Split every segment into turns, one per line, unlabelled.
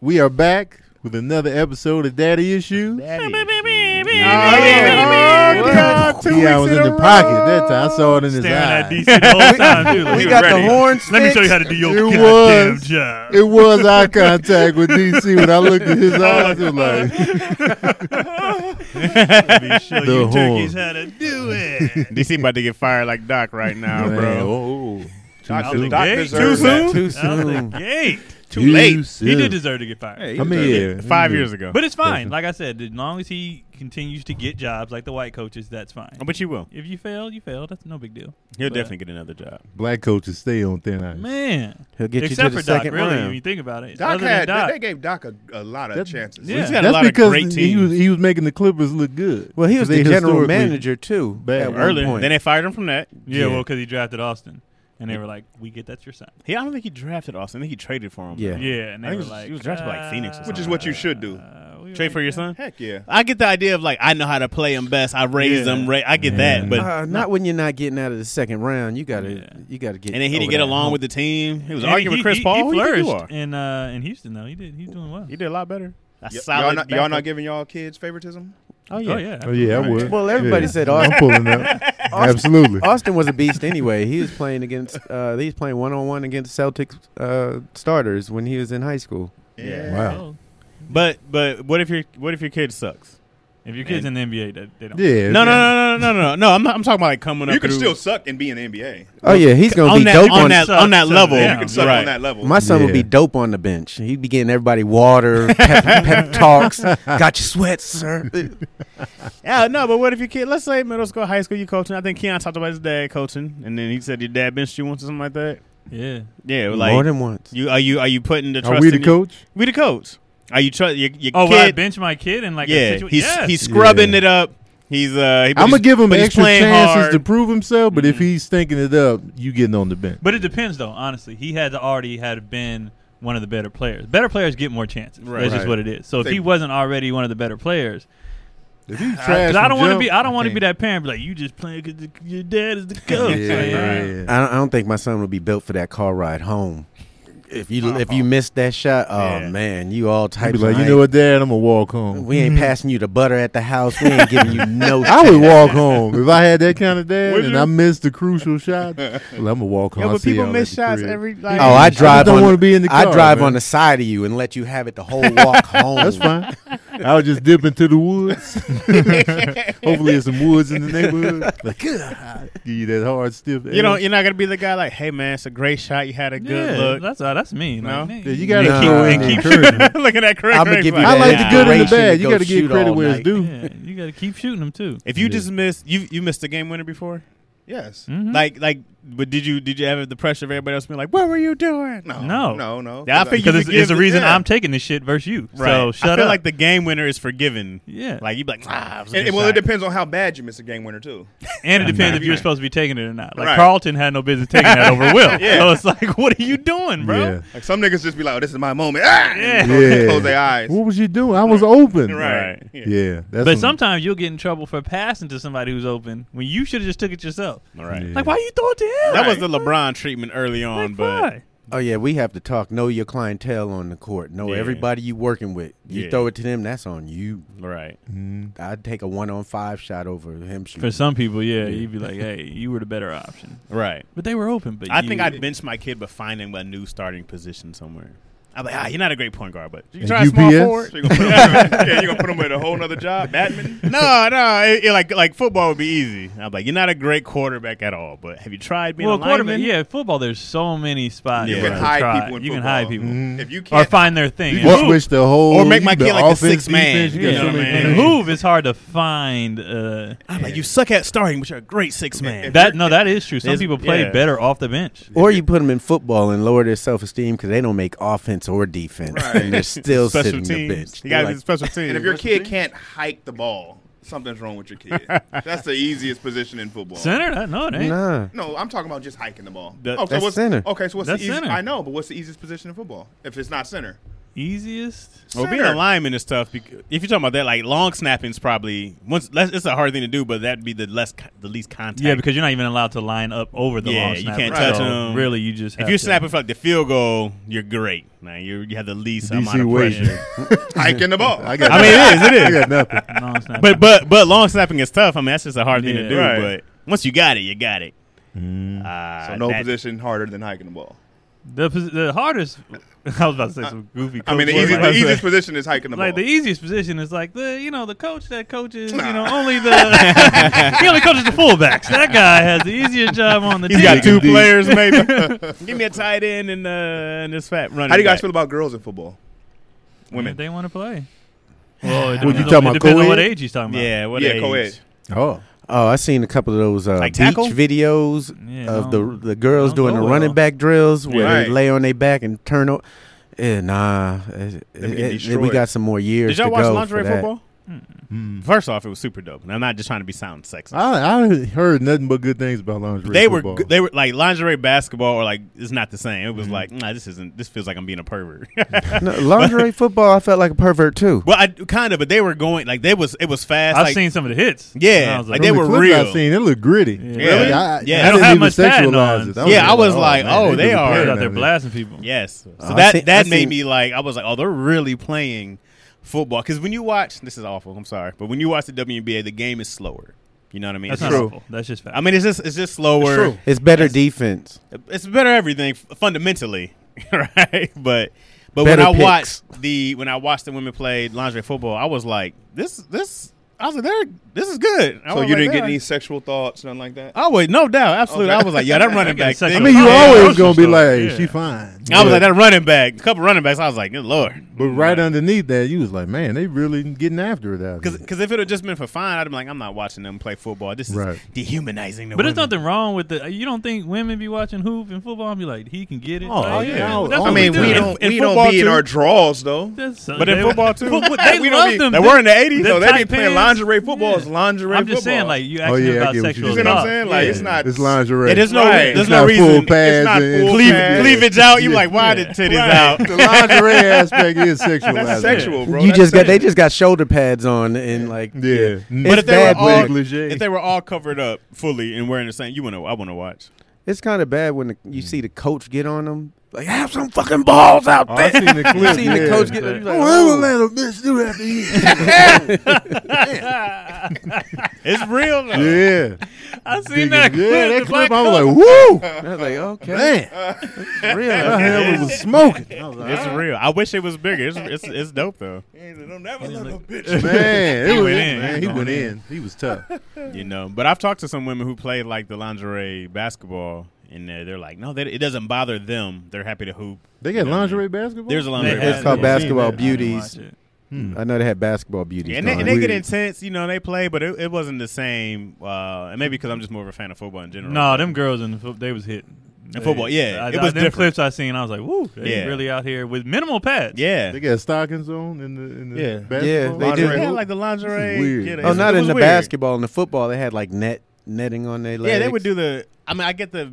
We are back with another episode of Daddy Issues.
God,
T.I. was in, the pocket that time. I saw it in his
Staring at
eye.
DC the whole time, too. Like,
We
he was
got
ready.
the horns.
Let me show you
fixed.
how to do your
It
goddamn
was.
job.
It was eye contact with DC when I looked at his eyes. It was like,
Let me show
The
you
horn.
turkeys how to do it.
DC about to get fired like Doc right now,
man,
bro.
oh,
Out the
too
gate,
Too
Too
soon?
Too
Out the
soon.
gate.
Too
late.
He did deserve to get fired.
I mean, yeah,
Five years ago.
But it's fine. Like I said, as long as he continues to get jobs like the white coaches, that's fine.
But you will.
If you fail, you fail. That's no big deal.
He'll
But-
definitely get another job.
Black coaches stay on thin ice.
Man.
He'll get you
Except
to the
for Doc,
second
really, when you
round.
think about it.
Doc
Other
had
than Doc.
they gave Doc a, a lot of
That-
chances.
Yeah.
He's got a
That's
lot of
because
great
he was
teams.
he was making the Clippers look good.
Well, he was
They
the general
historically-
manager too.
bad.
At one
Earlier.
point.
Then they fired him from that.
yeah, well, because he drafted Austin. And they were like, we get that's your son.
He, I don't think he drafted Austin. I think he traded for him.
Yeah.
Yeah, and they
I think it
were
was-
like,
it was drafted by, like, Phoenix or
uh,
something
Which is what you should do.
uh, we
Trade
were
for
like,
your
uh,
son?
Heck yeah.
I get the idea of like, I know how to play him best. I raised
Yeah.
him. Ra- I get
Yeah.
that. But
uh, not when you're not getting out of the second round. You gotta,
Yeah.
you gotta get.
And then he didn't
over
get
that
along
hump.
with the team. He was
And
arguing
he-
with Chris
he-
Paul.
He
Who do you think you
flourished
are?
in uh, in Houston though. He did. He's doing well.
He did a lot better. A solid
Y'all not, y'all
backup.
not giving y'all kids favoritism?
Oh
Oh yeah.
Oh yeah, I would.
Well, everybody
Yeah.
said
I'm
Austin,
pulling up. Absolutely.
Austin was a beast anyway. He was playing against. Uh, he was playing one on one against Celtics uh, starters when he was in high school.
Yeah.
Wow.
But but what if your what if your kid sucks?
If your kid's in the NBA, that they don't.
Yeah.
No no no no no no no. no I'm not, I'm talking about like coming up.
You can
through-
still suck and be in the NBA.
Oh yeah, he's gonna
on
be
that
dope
on
on.
that
So-
on that
so
level.
yeah.
You can suck
right.
on that level.
My son would
Yeah.
be dope on the bench. He'd be getting everybody water, pep, pep talks. Got your sweats, sir.
Yeah, no, but what if your kid? Let's say middle school, high school, you coaching. I think Keon talked about his dad coaching, and then he said your dad benched you once or something like that.
Yeah.
Yeah,
More
like
than once.
you are you are you putting the trust?
Are we
in
the
your-
coach?
We the coach. Are you trust your, your
Oh,
kid?
well, I bench my kid in like
yeah,
a situation.
he's
yes.
he's scrubbing
Yeah.
it up. He's uh. He, but
I'm gonna
he's-
give him
but he's
extra
playing
chances
hard.
to prove himself, but if
Mhm.
he's stinking it up, you getting on the bench.
But it depends, though. Honestly, he had to already had been one of the better players. Better players get more chances.
Right.
That's just
Right.
what it is. So if
They-
he wasn't already one of the better players,
If he's trash,
because I
from
don't want to
jump,
be, I don't want to
can't-
be that parent. Be like, you just playing because your dad is the coach.
Yeah,
Like,
yeah,
uh,
yeah.
I don't, I don't think my son would be built for that car ride home. If you if you missed that shot, oh
Yeah.
man, you all
I'd
types.
Uh-uh. be like,
of
you know what, Dad? I'm gonna walk home.
We ain't passing you the butter at the house. We ain't giving you no.
I would walk home if I had that kind of dad
Would
and
you?
I missed the crucial shot. Well, I'm gonna walk home.
Yeah,
I'll
but
Oh, see
people
y'all at
miss
the
shots
crib.
every.
Oh,
Like,
I drive.
don't
on
wanna be in the
I
car,
drive
man.
on the side of you and let you have it the whole walk home.
That's fine. I would just dip into the woods. Hopefully, there's some woods in the neighborhood. Like, God, give you that hard stiff.
You know,
ass.
you're not gonna be the guy like, "Hey man, it's a great shot. You had a good
yeah,
look."
That's uh, that's me.
No?
Like, man,
Yeah, you gotta
Nah.
throw in
And
the
keep-
encouragement.
Look at that correct.
I'ma
correct
give you
flag.
I like the
that
good and the
inspiration to
bad. You
go
gotta give
shoot
credit
all
where it's
night.
due.
yeah, you got to keep shooting them too.
If you
Yeah.
just missed, you you missed a game winner before.
Yes.
Mhm.
Like like, but did you did you have the pressure of everybody else being like, "What were you doing?"
No.
No.
No, no.
Yeah, I think
because it's,
forgive
it's the
the-
reason
yeah.
I'm taking this shit versus you.
Right.
So shut
I feel
up.
like the game winner is forgiven.
yeah,
Like you'd be like, ah, it was a
And,
good
and well,
shot."
it depends on how bad you miss a game winner, too.
and it depends if
Right.
you're supposed to be taking it or not. Like
Right.
Carlton had no business taking that over Will.
Yeah.
So it's like, what are you doing, bro?
Yeah.
Like some niggas just be like, oh, this is my moment. Ah!
Yeah.
And close-
Yeah.
Close their eyes.
What was you doing? I was open.
Right.
Right.
Yeah.
Yeah. That's
But
when-
sometimes you'll get in trouble for passing to somebody who's open when you should have just took it yourself.
All right.
Yeah.
Like, why you throw it to him?
That was the LeBron treatment early on,
Like,
but
why?
Oh yeah, we have to talk. Know your clientele on the court. Know
Yeah.
everybody you working with. You
Yeah.
throw it to them. That's on you.
right.
Mhm.
I'd take a one on five shot over him
for
shooting.
some people, yeah, you'd be like, hey, you were the better option.
Right.
But they were open. But
I
you-
think I'd bench my kid but finding a new starting position somewhere. I'm like, ah, you're not a great point guard, but you
And
try a small
UPS?
forward.
So you gonna put 'em- yeah, you gonna put them at a whole nother job, badminton.
no, no, it, it like like football would be easy. I'm like, you're not a great quarterback at all, but have you tried being
Well,
a lineman?
quarterback. Yeah, football. There's so many spots.
You
where
can
to
hide
try.
people in
You can
football.
hide people
Mm-hmm.
Mhm.
If you
or
can't,
find their thing.
You
And
can
hoop-
switch the whole
Or make
you
my
the
kid like a
offense,
six man.
defense, you got
You
Yeah,
so
know what
many
I mean?
and
things.
hoop is hard to find. Uh,
I'm like, you suck at starting, but you're a great six man.
that no, that is true. Some
It's-
people play
yeah.
better off the bench.
Or you put them in football and lower their self esteem because they don't make offense or defense,
Right.
and they're still
special
sitting
teams.
the bench.
You
They're
got
like,
special teams.
and if your kid can't hike the ball, something's wrong with your kid. That's the easiest position in football.
Center? That- No, it ain't.
nah,
No, I'm talking about just hiking the ball.
That-
oh, so
That's
what's,
center.
Okay, so what's
That's
the easy,
center.
I know, but what's the easiest position in football if it's not center?
easiest?
Well, being a lineman is tough. bec- If you're talking about that, like long snapping's probably once. Less, it's a hard thing to do, but that'd be the less, co- the least contact.
Yeah, because you're not even allowed to line up over the
Yeah,
long
you
snapper.
can't touch
So,
them.
Really, you just
if
have
you're
to-
snapping for like the field goal, you're great. Now you you have the least amount
DC
of
Wade.
pressure.
hiking the ball.
I got.
I mean, it is, it is.
I got nothing.
long snapper.
But but but long snapping is tough. I mean, that's just a hard thing to
Yeah.
do.
Right.
But once you got it, you got it.
Mm.
Uh,
so no
that-
position harder than hiking the ball.
the, posi- the hardest, I was about to say some goofy.
I mean, the,
coach
easy,
words,
the
like-
easiest position is hiking the
Like
ball.
the easiest position is like the you know the coach that coaches you know only the he only coaches the fullbacks. That guy has the easiest job on the
He's
team.
got two
Indeed.
players, maybe. Give me a tight end and uh, and this fat running.
How do you guys
back.
feel about girls in football?
Women,
Women.
they want to play. Well, it
What, you talking
depends on- it
about
depends on
co-ed?
what age he's talking about.
Yeah, what
yeah,
age?
co-ed.
Oh,
Oh, I seen a couple of those uh,
Like
beach
tackle?
videos
Yeah,
of
no.
the the girls
Don't
doing
go
the
well.
running back drills where
Right.
they lay on their back and turn over. Yeah, nah, it- it-
getting
it- we
destroyed.
got some more years.
Did y'all
to
watch
go
lingerie
for that.
football?
Mm.
First off, it was super dope, and I'm not just trying to be sound sexy.
I, I heard nothing but good things about lingerie.
they were
football.
g- they were like lingerie basketball, or like it's not the same. It was
Mhm.
like nah, this isn't. This feels like I'm being a pervert.
No, lingerie football, I felt like a pervert too.
well, I kind of, but they were going like they was. It was fast.
I've
like,
seen some of the hits.
Yeah,
And I was
like
like,
From
they
the
were
clips
real.
I've seen it looked gritty.
Yeah.
Really? I, I
Yeah. They
don't
didn't
have
even
much padding
sexualize
on.
it. I was
Yeah, I was like,
man,
oh,
they
they
really prepared
are.
they're
Hard.
out there
on this.
blasting people.
Yes. So
I
that
seen-
that
I
made
seen-
me like I was like, oh, they're really playing football because when you watch, this is awful. I'm sorry, but when you watch the WNBA, the game is slower. You know what I mean?
That's
It's
not
just-
awful. That's just fact.
I mean, it's just it's just slower.
true.
It's better defense.
It's better everything f- fundamentally, right? But but when
Better
I
picks.
watched the when I watched the women play lingerie football, I was like, this this I was like, they're this is good. I
Oh
So
was
you
like,
didn't get
"They're-"
any sexual thoughts, nothing like that.
I was no doubt, absolutely.
Okay.
I was like, yeah, that running
Okay,
back.
I
second
thing-
mean, you
Yeah,
always
grocery
gonna be
store.
like,
Yeah.
she fine.
I was
But-
like that running back. A couple running backs. I was like, good lord.
But right underneath that, you was like, man, they really getting after it out. here.
Because if it had just been for fun, I'd have been like, I'm not watching them play football. This is
Right.
dehumanizing them.
But there's nothing wrong with the. You don't think women be watching hoop and football and be like, he can get it?
Oh,
Like,
yeah.
that's what
I
I
Oh,
mean,
we
we
do.
don't
In
we don't
football,
be in
too?
our draws though.
That's,
But in football, too?
Football- they
We don't
love
be-
them.
They were in the 80s.
Them
No, they be
tight
playing
pants.
lingerie football. It's lingerie
I'm just
football.
saying, like you
Oh,
asking
yeah, I
about
get what
sexual
you're
you see what I'm
assault.
saying? Like
Yeah.
it's not
it's lingerie.
Yeah, there's no,
Right.
there's
It's
no
not
reason.
full
it's
pads
not
and-
full
Cleavage-
pads.
cleavage
cleavage out. You
Yeah.
like, why
Yeah.
the titties
Right.
out?
the lingerie aspect is sexualized.
that's sexual, bro.
you
That's
just got
sexual.
they just got shoulder pads on and like
Yeah.
But
if they were
bad
all-
when-
negligee.
If they were all covered up fully and wearing the same, you want to? I want to watch.
it's kind of bad when the, you see the coach get on them. Like have some fucking balls out
Oh, I
there.
seen the clip.
You seen
yeah.
the coach get?
Like,
Oh,
you like,
I
oh.
would let a bitch do that to you.
It's real. though.
yeah.
I seen
Digging-
that.
yeah,
clip,
that
the
clip.
black
I
coat.
was like, woo,
I was like, okay,
man.
real.
My hand was smoking. I was like,
It's real. I wish it was bigger. It's it's, it's dope though.
Don't never let a bitch
man, it
He
was,
went in.
man,
He
he
going
went
in.
in. He was tough.
You know, but I've talked to some women who played like the lingerie basketball, and they're, they're like, no, that it doesn't bother them. They're happy to hoop.
They
You
got
know what I mean?
lingerie basketball.
There's a
They
lingerie.
had
It's called
it.
basketball
I didn't
beauties.
watch it.
Hmm.
I know they had basketball beauties.
Yeah, and they,
going.
and they
Weird.
get intense, you know. They play, but it, it wasn't the same. Uh, and maybe because I'm just more of a fan of football in general.
No, them girls in the foot, they was hitting. They-
football, yeah,
I,
it
I-
was
them
different.
clips I seen. I was like, "Woo, they
Yeah.
really out here with minimal pads."
Yeah.
They got stockings on in the in the
Yeah.
basketball.
Yeah, they do.
They
Lingerie.
had, like the lingerie.
weird.
Yeah, they-
Oh,
it
not
was
in the
weird.
basketball and the football. They had like net netting on their legs.
Yeah, they would do the. I mean, I get the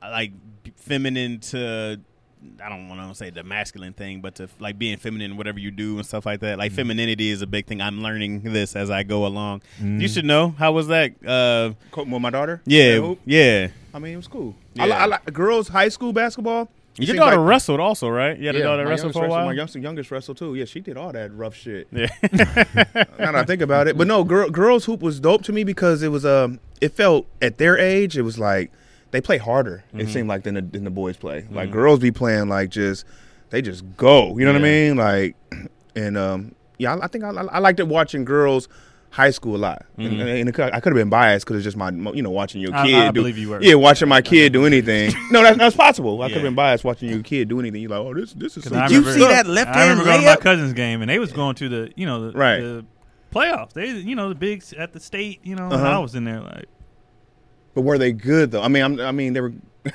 like feminine to. I don't want to say the masculine thing, but to like being feminine, in whatever you do and stuff like that.
Mm.
Like femininity is a big thing. I'm learning this as I go along.
Mm.
You should know. How was that? Uh,
Co- With my daughter. At
yeah,
hoop.
yeah.
I mean, it was cool.
Yeah.
I, li- I like girls high school basketball.
Your
seems
daughter
like-
wrestled also, right? You had a daughter
my
wrestle
youngest
for a
My
while.
youngest, youngest wrestled too. Yeah, she did all that rough shit.
Yeah.
now that I think about it, but no, girl, girls hoop was dope to me because it was um, it felt at their age, it was like they play harder. It seemed like than the, than the boys play. Like girls be playing like just they just go. You know what I mean? Like and um, yeah, I, I think I, I liked it watching girls. High school a lot, and, and it, could- I could have been biased because it's just my, you know, watching your
I-
kid.
I
do-
believe you were.
Yeah, watching my kid do anything. no, that's, that's possible. I could have
Yeah.
been biased watching your kid do anything. You're like, oh, this, this is.
'Cause
some
I
Did you
remember-
see that left
I remember
hand
going to my
layup?
cousin's game, and they was going to the you know the,
Right.
the playoffs. They you know the bigs at the state. You know, and
Uh-huh.
I was in there like
But were they good though? I mean, I'm, I mean, they were.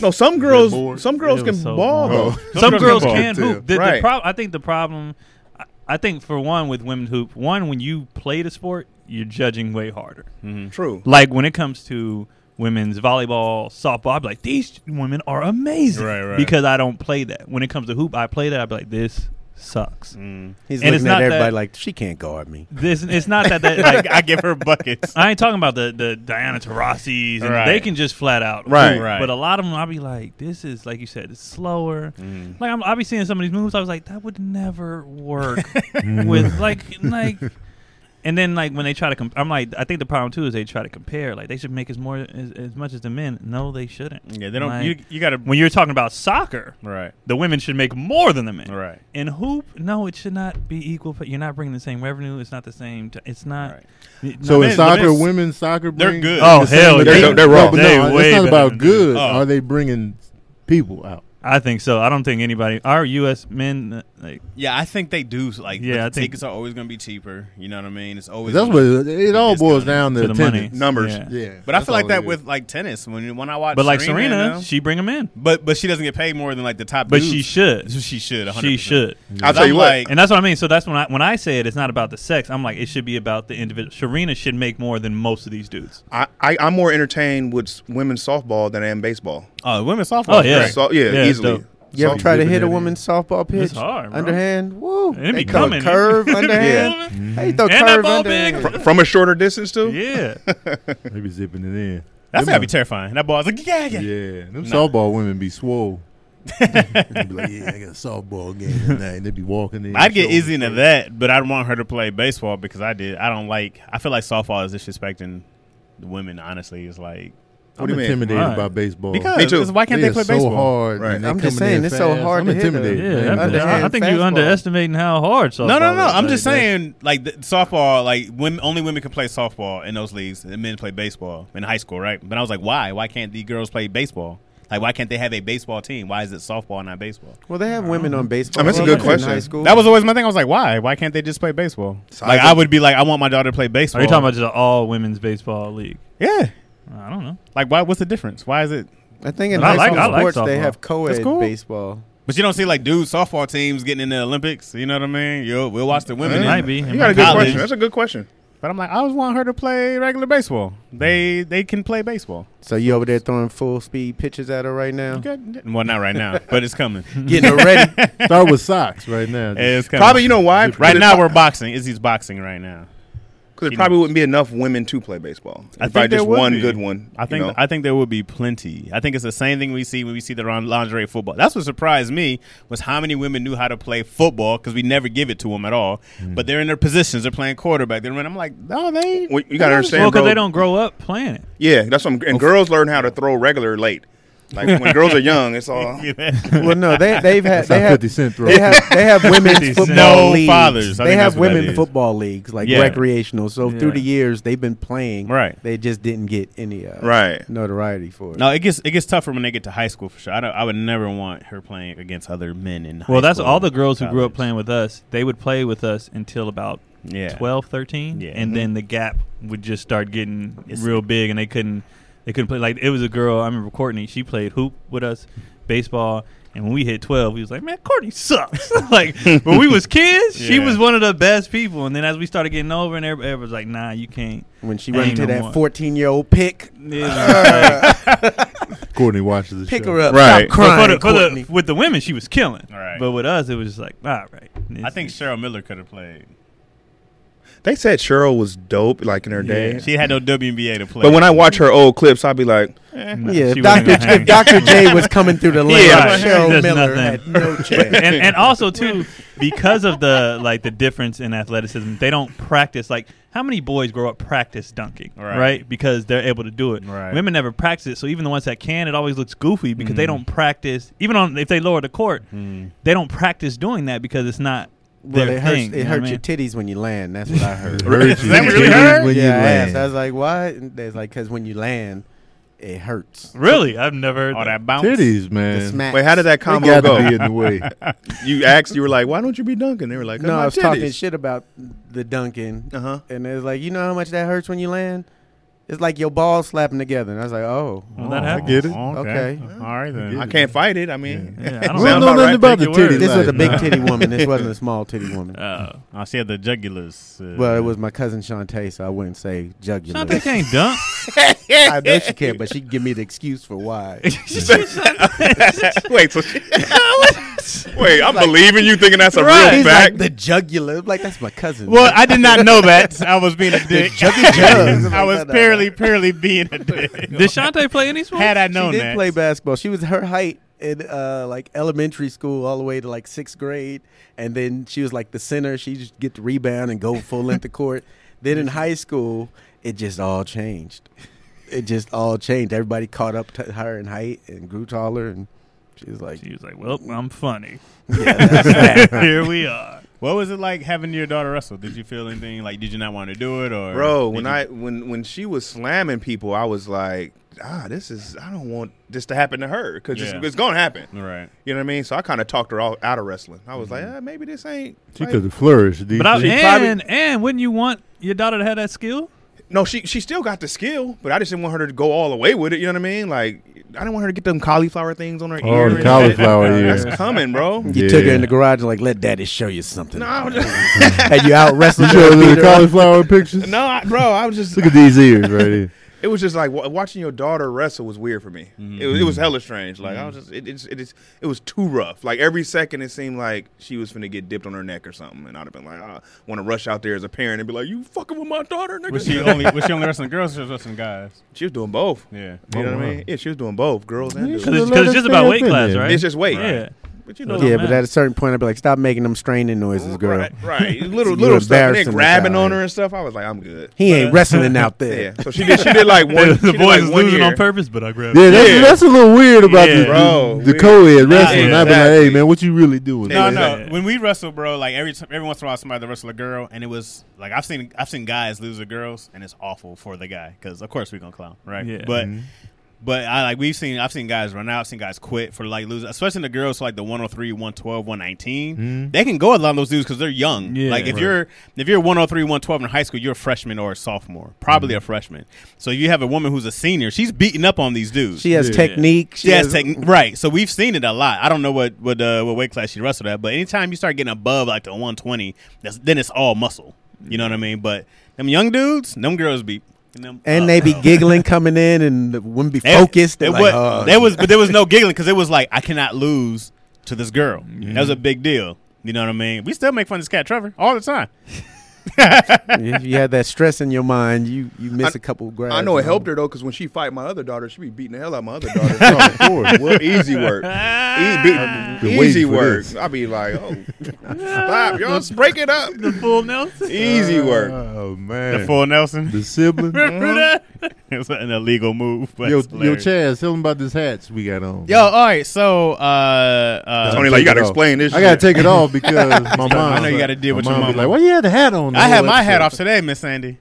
no, some girls,
bored.
some girls
It
can
was so
ball
boring.
though.
Some girls
ball.
can
Too.
hoop. The, the
Right.
prob- I think the problem, I- I think for one with women hoop, one when you play the sport, you're judging way harder.
True.
Like when it comes to women's volleyball, softball. I'd be like, these women are amazing.
Right, right.
Because I don't play that. When it comes to hoop, I play that. I'd be like, this sucks.
Mm. Mm-hmm.
Mm.
He's
And it's
looking at
not
everybody
that-
like she can't guard me.
This it's not that that like
I give her buckets.
I ain't talking about the the Diana Taurasi's and
Right.
they can just flat out
Right.
hoop.
Right.
But a lot of them, I'll be like, this is like you said, it's slower.
Mm-hmm.
Like I'm, I'll be seeing some of these moves. I was like, that would never work with like like. And then like when they try to, comp- I'm like, I think the problem too is they try to compare. Like they should make as more as, as much as the men. No, they shouldn't.
Yeah, they don't.
Like,
you you gotta.
when you're talking about soccer,
Right,
the women should make more than the men.
right,
In hoop, no, it should not be equal. But you're not bringing the same revenue. It's not the same. T- it's not.
right.
So in
men- the
soccer,
men's-
women's soccer,
They're
bring
good.
Oh
the same-
hell,
but
yeah.
they-
They're- they're
no,
wrong.
but
They
no,
way
it's not
better
about
than the dudes.
good.
Oh.
Are they bringing people out?
I think so. I don't think anybody. Our U.S. men, uh, like,
Yeah, I think they do. Like,
Yeah,
yeah,
I
the
think-
tickets are always gonna be cheaper. You know what I mean? It's
'Cause
always
That's
gonna-
what it, it all
It's
boils
down
down to,
to the money.
attendance.
Numbers.
Yeah.
Yeah,
But I
that's
feel like
all
that
it is.
with like tennis. When when I watch,
but like
Serena,
Serena,
now-
she bring them in,
but but she doesn't get paid more than like the top.
but
dudes.
she should.
She should. 100%.
She should.
I'll tell you
I'm
what.
like-
And that's what I mean. So that's when I when I say it, it's not about the sex. I'm like, it should be about the individual. Serena should make more than most of these dudes.
I, I I'm more entertained with s- women's softball than I am baseball.
Oh, women's softball.
Oh,
is
yeah.
great.
So, yeah,
Yeah, it's
easily.
dope.
You ever
Soft-
try to hit a
dipping it
woman's softball pitch?
hard, bro.
Underhand, woo!
And it
they
be
call
coming.
it curve underhand. Hey, throw
And that
curve
ball
underhand.
big.
Fr- from a shorter distance too.
Yeah,
They be zipping it in.
That's
Them
gotta be terrifying. That ball's like, yeah,
Yeah,
yeah.
them softball women be swole. they be like, yeah, I got a softball game tonight. And they be walking in.
I'd get
shoulders
Izzy into
straight.
that, but I'd want her to play baseball because I did. I don't like. I feel like softball is disrespecting the women. Honestly, it's like
What
I'm
do you mean?
intimidated
Why?
by baseball.
because
Me too.
it's- why can't they play
are so
baseball?
Hard,
Right.
and they
I'm just
coming in
saying, it's so
fast.
hard
I'm
to hit, though.
intimidated.
yeah.
man.
I- I,
Underhand
think you
fastball.
underestimating how hard. Softball
No, no, no.
is.
I'm
Like,
just
that's-
saying, like the, softball, like women, only women can play softball in those leagues, and men play baseball in high school, right? But I was like, why? Why can't the girls play baseball? Like, why can't they have a baseball team? Why is it softball and not baseball?
Well, they have women on baseball.
I mean, that's a
teams
good
in
question.
High school.
That was always my thing. I was like, why? Why can't they just play baseball? like, I would be like, I want my daughter to play baseball.
Are you talking about just an all women's baseball league?
Yeah.
I don't know.
Like, why? What's the difference? Why is it?
I think in
I
high
like-
school
I like
sports they
softball.
have co-ed
That's cool.
baseball.
But you don't see like dude softball teams getting in the Olympics. You know what I mean? Yo, we'll watch the women.
It
in-
might be. It
You
might
got a
be.
good
College.
question. That's a good question.
But I'm like, I always want her to play regular baseball. They they can play baseball.
So you over there throwing full speed pitches at her right now?
Good. Well, not right now, but it's coming.
Getting her ready.
Start with socks right now.
It's coming.
Probably you know why?
Right now, we're boxing. Izzy's boxing right now.
because there probably wouldn't be enough women to play baseball.
I
If
think there
just
would
one
be.
good one.
I
you
think
know?
I think there will be plenty. I think it's the same thing we see when we see the lon- lingerie football. That's what surprised me was how many women knew how to play football because we never give it to them at all. But they're in their positions. They're playing quarterback. They're running. I'm like, no, they.
Well, you gotta understand,
Well, because
bro.
they don't grow up playing it.
Yeah, that's what. I'm, and girls learn how to throw regular late. Like when girls are young, it's all.
well, no, they they've had
That's how
they have
50 Cent throw.
they have they have women's
50 Cent.
football
No
leagues.
fathers. I
They
think
have
that's what that
women
is.
football leagues like
Yeah.
recreational. So
Yeah.
through the years they've been playing.
Right.
They just didn't get any uh,
Right.
notoriety for it.
No, it gets it gets tougher when they get to high school for sure. I don't. I would never want her playing against other men in. High
Well, that's
school,
all the girls who grew up
college.
playing with us. They would play with us until about
Yeah.
12 13
Yeah. mhm.
and then the gap would just start getting
It's-
real big and they couldn't they couldn't play like it was a girl i remember courtney she played hoop with us baseball and when we hit 12 we was like man courtney sucks like when we was kids she
Yeah.
was one of the best people and then as we started getting over and everybody was like nah you can't
When she
Ain't
run
no
into
more.
that fourteen year old pick,
It was like-
Courtney watches the
pick
show.
her up.
Right.
Stop crying,
for the, for the,
Courtney.
with the women she was killing
Right.
but with us it was just like all right
I think Cheryl Miller could have played.
They said Cheryl was dope, like in her day.
She had no WNBA to play.
But when I watch her old clips, I'll be like,
yeah,
she
if
wasn't
Dr.
gonna hang.
if Dr. J was coming through the lane,
right.
Cheryl
There's
Miller
nothing.
had no chance.
and and also too because of the like the difference in athleticism they don't practice like how many boys grow up practice dunking right,
Right.
because they're able to do it
Right.
women never practice it so even the ones that can it always looks goofy because they don't practice even on if they lower the court they don't practice doing that because it's not
Well,
their
it hurts,
thing you
it
know
hurts
what I
your
mean?
titties when you land. That's what I heard.
Hurt you
that
in the
really
titties
hurt?
When
yeah,
you
I asked.
land.
I was like, "Why?" And they was like, "Cause when you land, it hurts."
really i've never heard
all
that.
that bounce.
Titties,
The
man.
smacks.
wait, how did that
They got
combo
to
go?
be in the way.
You asked, you were like, why don't you be dunking? They were like,
No, I was talking shit about the dunking,
Uh huh.
and it was like, you know how much that hurts when you land. It's like your balls slapping together. And I was like, oh.
Well, that happened.
get it.
Okay.
All right then.
I can't fight it. I mean,
Yeah, I
We
don't
don't
Sound
know
about
nothing
right.
about the
Take your word.
titties.
This was a
like
big
that.
titty woman. This wasn't a small titty woman.
Uh,
Oh. I see the jugulars. Uh,
well, it was my cousin Shantae, so I wouldn't say jugular.
Shantae can't dunk.
I know she can, but she can give me the excuse for why.
wait, so she, wait, I'm believing you, thinking that's a real
He's
fact.
like the jugular. I'm Like that's my cousin.
well, I did not know that. I was being a dick.
jugs.
I was purely, purely being a dick.
Did Shantae play any sport?
Had I
She
known
did
that,
play basketball. She was her height in uh, like elementary school all the way to like sixth grade, and then she was like the center. She just get the rebound and go full length the court. Then in high school, it just all changed. It just all changed. Everybody caught up to her in height and grew taller, and she was like,
She was like, "Well, I'm funny.
yeah, that's that.
Here we are."
what was it like having your daughter
Russell, did you feel anything? Like, did you not want to do it, or
Bro,
did
when
you-
I when when she was slamming people, I was like, ah, this is I don't want this to happen to her because
Yeah.
it's, it's gonna happen.
right?
You know what I mean? So I kind of talked her all out of wrestling. I was like, ah, maybe this ain't.
Mm-hmm. She
like-
could have flourished.
But I,
But
and
probably-
and wouldn't you want your daughter to have that skill?
no, she she still got the skill, but I just didn't want her to go all the way with it. You know what I mean? Like I didn't want her to get them cauliflower things on her ear.
oh,
and
the
shit.
cauliflower ears.
That's coming, bro.
You
Yeah.
took her in the garage and like, let daddy show you something.
No, I was-
and you out
You
wrestling
show
her.
us
beat
the
her up.
cauliflower pictures.
no, I, bro. I was just
Look at these ears right here.
It was just like wa watching your daughter wrestle was weird for me.
Mm-hmm.
It, was, it was hella strange. Like I was just it, it's it is it was too rough. Like every second it seemed like she was finna get dipped on her neck or something, and I'd have been like, I want to rush out there as a parent and be like, you fucking with my daughter, nigga.
was she only was she only wrestling girls or she was wrestling guys?
She was doing both.
Yeah.
You know
Oh,
what I
wow.
mean? Yeah, she was doing both, girls and dudes.
Should've
Because
let
it's
her
just
stay
about
up
weight
in
class,
there.
right?
It's just weight,
Yeah.
but you know,
Doesn't
Yeah, but
matter.
at a certain point, I'd be like, stop making them straining noises, girl.
right, right, little
You're
little stuff, and
embarrassing
then
the
grabbing
child.
on her and stuff. I was like, I'm good.
He ain't wrestling out there.
Yeah, so she did. She did like one. she
the
did,
boys
like,
is
one
losing
year.
on purpose, but I grabbed.
Yeah, that's,
Yeah.
that's a little weird about the-
Yeah.
Bro,
the, the
weird.
co-ed wrestling. I've been like,
exactly.
hey man, what you really doing?
No,
man?
no.
Yeah.
When we wrestle, bro, like every time, every once in a while, somebody wrestle a girl, and it was like I've seen I've seen guys lose to girls, and it's awful for the guy because of course we gonna clown, right?
Yeah.
But but I like we've seen I've seen guys run out, I've seen guys quit for like losing, especially the girls like the 103, 112, 119. They can go a lot of those dudes because they're young.
Yeah.
like if
Right.
you're if you're 103, 112 in high school, you're a freshman or a sophomore, probably a freshman. So you have a woman who's a senior, she's beating up on these dudes.
She has
Yeah.
technique.
She has technique, right? So we've seen it a lot. I don't know what what uh, what weight class she wrestled at, but anytime you start getting above like the 120, that's, then it's all muscle. You know what I mean? But them young dudes, them girls be them
And
Uh,
up,
they be
though.
giggling coming in and the women be
They-
focused. They're
It
like,
was,
oh.
there was, but there was no giggling because it was like I cannot lose to this girl. That was a big deal. You know what I mean? We still make fun of this cat Trevor all the time.
if you had that stress in your mind, you, you miss
I-
a couple grabs.
I know it
and all.
helped her though, because when she fight my other daughter, she be beating the hell out of my other daughter. No, of course. Well, easy work. E- be-
been
easy
waiting for
work.
this.
i be like, oh, stop, y'all, just break it up.
Full Nelson.
Easy work.
Oh
The
man,
full Nelson.
the sibling.
it was an illegal move. But
Yo,
it's
yo,
hilarious.
Chaz, tell them about these hats we got on.
Yo, all right. So, uh, uh,
Tony,
Take
like, you got
it
to
off.
explain this.
I gotta
shit.
take it off because my mom.
I know you gotta deal
my
with your
mom be
mama.
Like, why you had the hat on? the
I had
whole
my hat
episode?"
off today, Miss Sandy.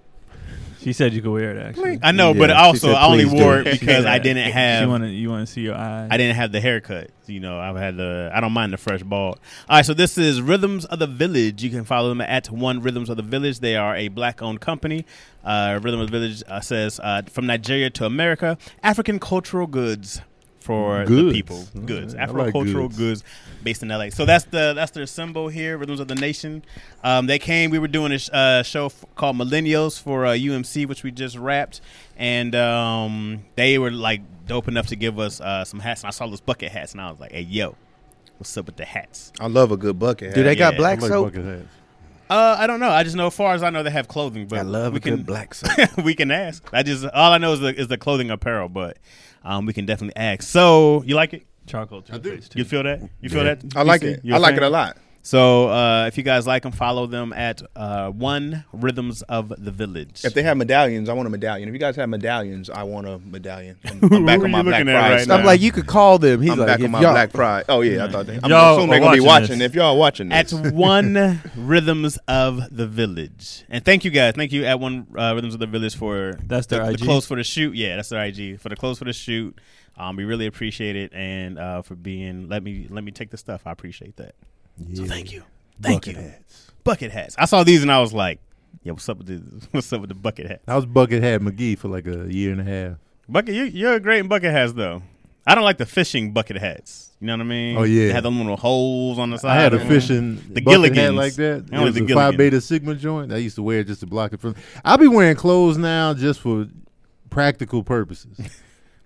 She said you could wear it. Actually,
I know,
Yeah,
but
she
also
said
I only
please do
wore
it.
it because I didn't
She
have
wanted you want to see your eyes.
I didn't have the haircut. You know, I had the I don't mind the fresh bald. All right, so this is Rhythms of the Village. You can follow them at One Rhythms of the Village. They are a black-owned company. Uh, Rhythm of the Village uh, says uh, from Nigeria to America, African cultural goods for the
Goods.
people. Goods,
I like
Afro cultural
goods.
goods goods based in LA. So that's the that's their symbol here, Rhythms of the Nation. Um, they came. We were doing a sh- uh, show f- called Millennials for uh, UMC, which we just wrapped, and um, they were like dope enough to give us uh, some hats. And I saw those bucket hats, and I was like, "Hey, yo, what's up with the hats?"
I love a good bucket.
Do
hat.
they got
Yeah,
I
black
like
soap?
bucket hats.
Uh, I don't know. I just know, as far as I know, they have clothing. But
I love
we
a
can
good black soap.
we can ask. I just all I know is the is the clothing apparel, but um, we can definitely ask. So you like it?
charcoal to your face too.
You feel that? You feel that?
I like
You
it.
see? You
I like
fan?
it a lot.
So uh, if you guys like them, follow them at uh, One Rhythms of the Village.
If they have medallions, I want a medallion. If you guys have medallions, I want a medallion. I'm, I'm back
Who
on my
you
black
looking at
pride.
right
stuff.
now?
I'm like, you could call them. He's
uh, I'm
like,
back
if
on my
y'all-
black pride. Oh yeah, I thought they. I'm
Y'all
assuming they're
are
gonna be
watching
watching.
this.
If y'all watching
at
this,
One Rhythms of the Village, and thank you guys. Thank you at One uh, Rhythms of the Village for
That's their
the, the
IG?
clothes for the shoot. Yeah, that's their IG for the clothes for the shoot. Um, we really appreciate it and uh, for being let me let me take the stuff. I appreciate that. So thank you, thank
Bucket
you.
hats.
Bucket hats. I saw these and I was like, Yeah, what's up with the what's up with the bucket hat?
I was bucket hat McGee for like a year and a half.
Bucket, you, you're great in bucket hats though. I don't like the fishing bucket hats. You know what I mean?
Oh, yeah.
they had them little holes on the side.
I had a
of them.
fishing
The
bucket hat
Gilligans.
like that.
I
It
only
was
the
a
Gilligan.
Phi Beta Sigma joint. I used to wear it just to block it from. I be wearing clothes now just for practical purposes.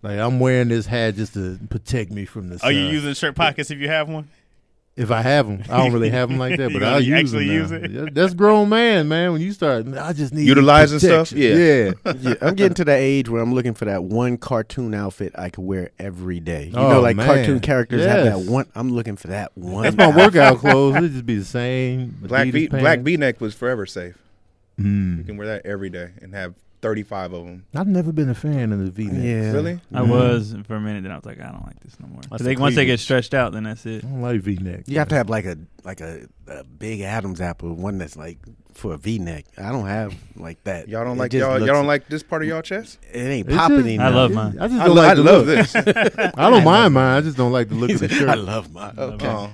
like I'm wearing this hat just to protect me from the
Are
sun.
you using shirt pockets if you have one?
if I have them, I don't really have them like that,
You
but I
gonna
use
actually
them.
use
now.
it?
Yeah, That's grown man, man. When you start, I just need
Utilizing stuff?
protection. yeah.
Yeah, I'm getting to that age where I'm looking for that one cartoon outfit I could wear every day. You
Oh,
know, like
man.
cartoon characters have
Yes.
that one. I'm looking for that one.
That's my workout clothes. It just be the same.
Black
Adidas
V black
pants.
V neck was forever safe. You
Mm.
can wear that every day and have thirty five of them.
I've never been a fan of the V neck.
Yeah.
Really?
I was for a minute, then I was like, I don't like this no more. 'Cause they- once they get stretched out, then that's it.
I don't like V neck.
You have to have like a like a, a big Adam's apple, one that's like for a V-neck. I don't have like that.
Y'all
It
don't like
just
y'all, y'all
looks-
don't like this part of y'all chest?
It ain't
It's
popping
just-
anymore.
I love mine.
I just
I,
don't like
I
the
love
look.
this.
I don't mind mine. I just don't like the look of the shirt.
I love mine.
Okay.
Oh.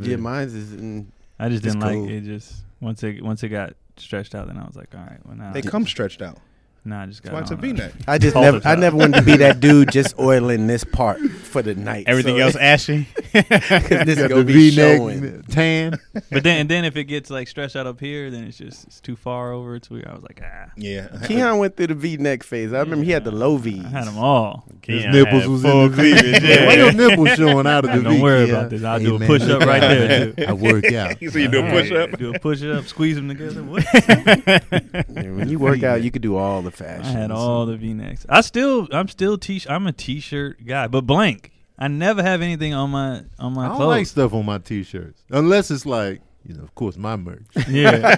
Yeah, mine's is. In,
I just
It's
didn't
cool.
like it. Just once it once it got stretched out, then I was like, all right, well now
They come stretched out.
Nah, I just got.
That's why it's a
on
V neck.
I just
All
never.
the
I
time.
never wanted to be that dude just oiling this part for the night.
Everything
So-
else ashy.
this is
Got the
gonna
V
be showing.
neck tan.
But then and then if it gets like stretched out up here, then it's just it's too far over. It's weird. I was like, ah,
Yeah.
Keon went through the V neck phase. I remember he had the low V's.
I had them all.
His
Yeah,
nipples was
full
in the V.
cleavage, yeah.
Why your nipples showing out of the V?
Don't worry
Keon?
about this. I'll
Hey,
do a
man,
push up
look
right
out.
there. Too.
I work out.
so you do a push up.
Do a push up, squeeze them together. What?
Yeah, when you work out, you could do all the
I
fashions.
had all the V necks. I still, I'm still t. I'm a t shirt guy, but blank. I never have anything on my on
I
my
don't like
clothes.
stuff on my t-shirts unless it's like you know, of course, my merch.
yeah,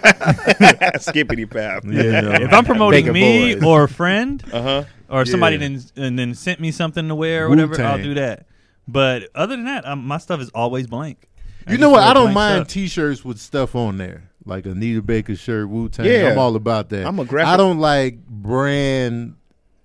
Skippity pap.
Yeah, no.
if I'm promoting
Baker
me
boys.
or a friend
Uh huh.
or somebody
Yeah.
then and then sent me something to wear or whatever, I'll
Wu-Tang.
do that. But other than that, um my stuff is always blank.
You know what?
just wear
I don't
blank
mind
stuff.
t-shirts with stuff on there, like Anita Baker shirt, Wu Tang.
Yeah.
I'm all about that.
I'm a graphic-
I don't like brand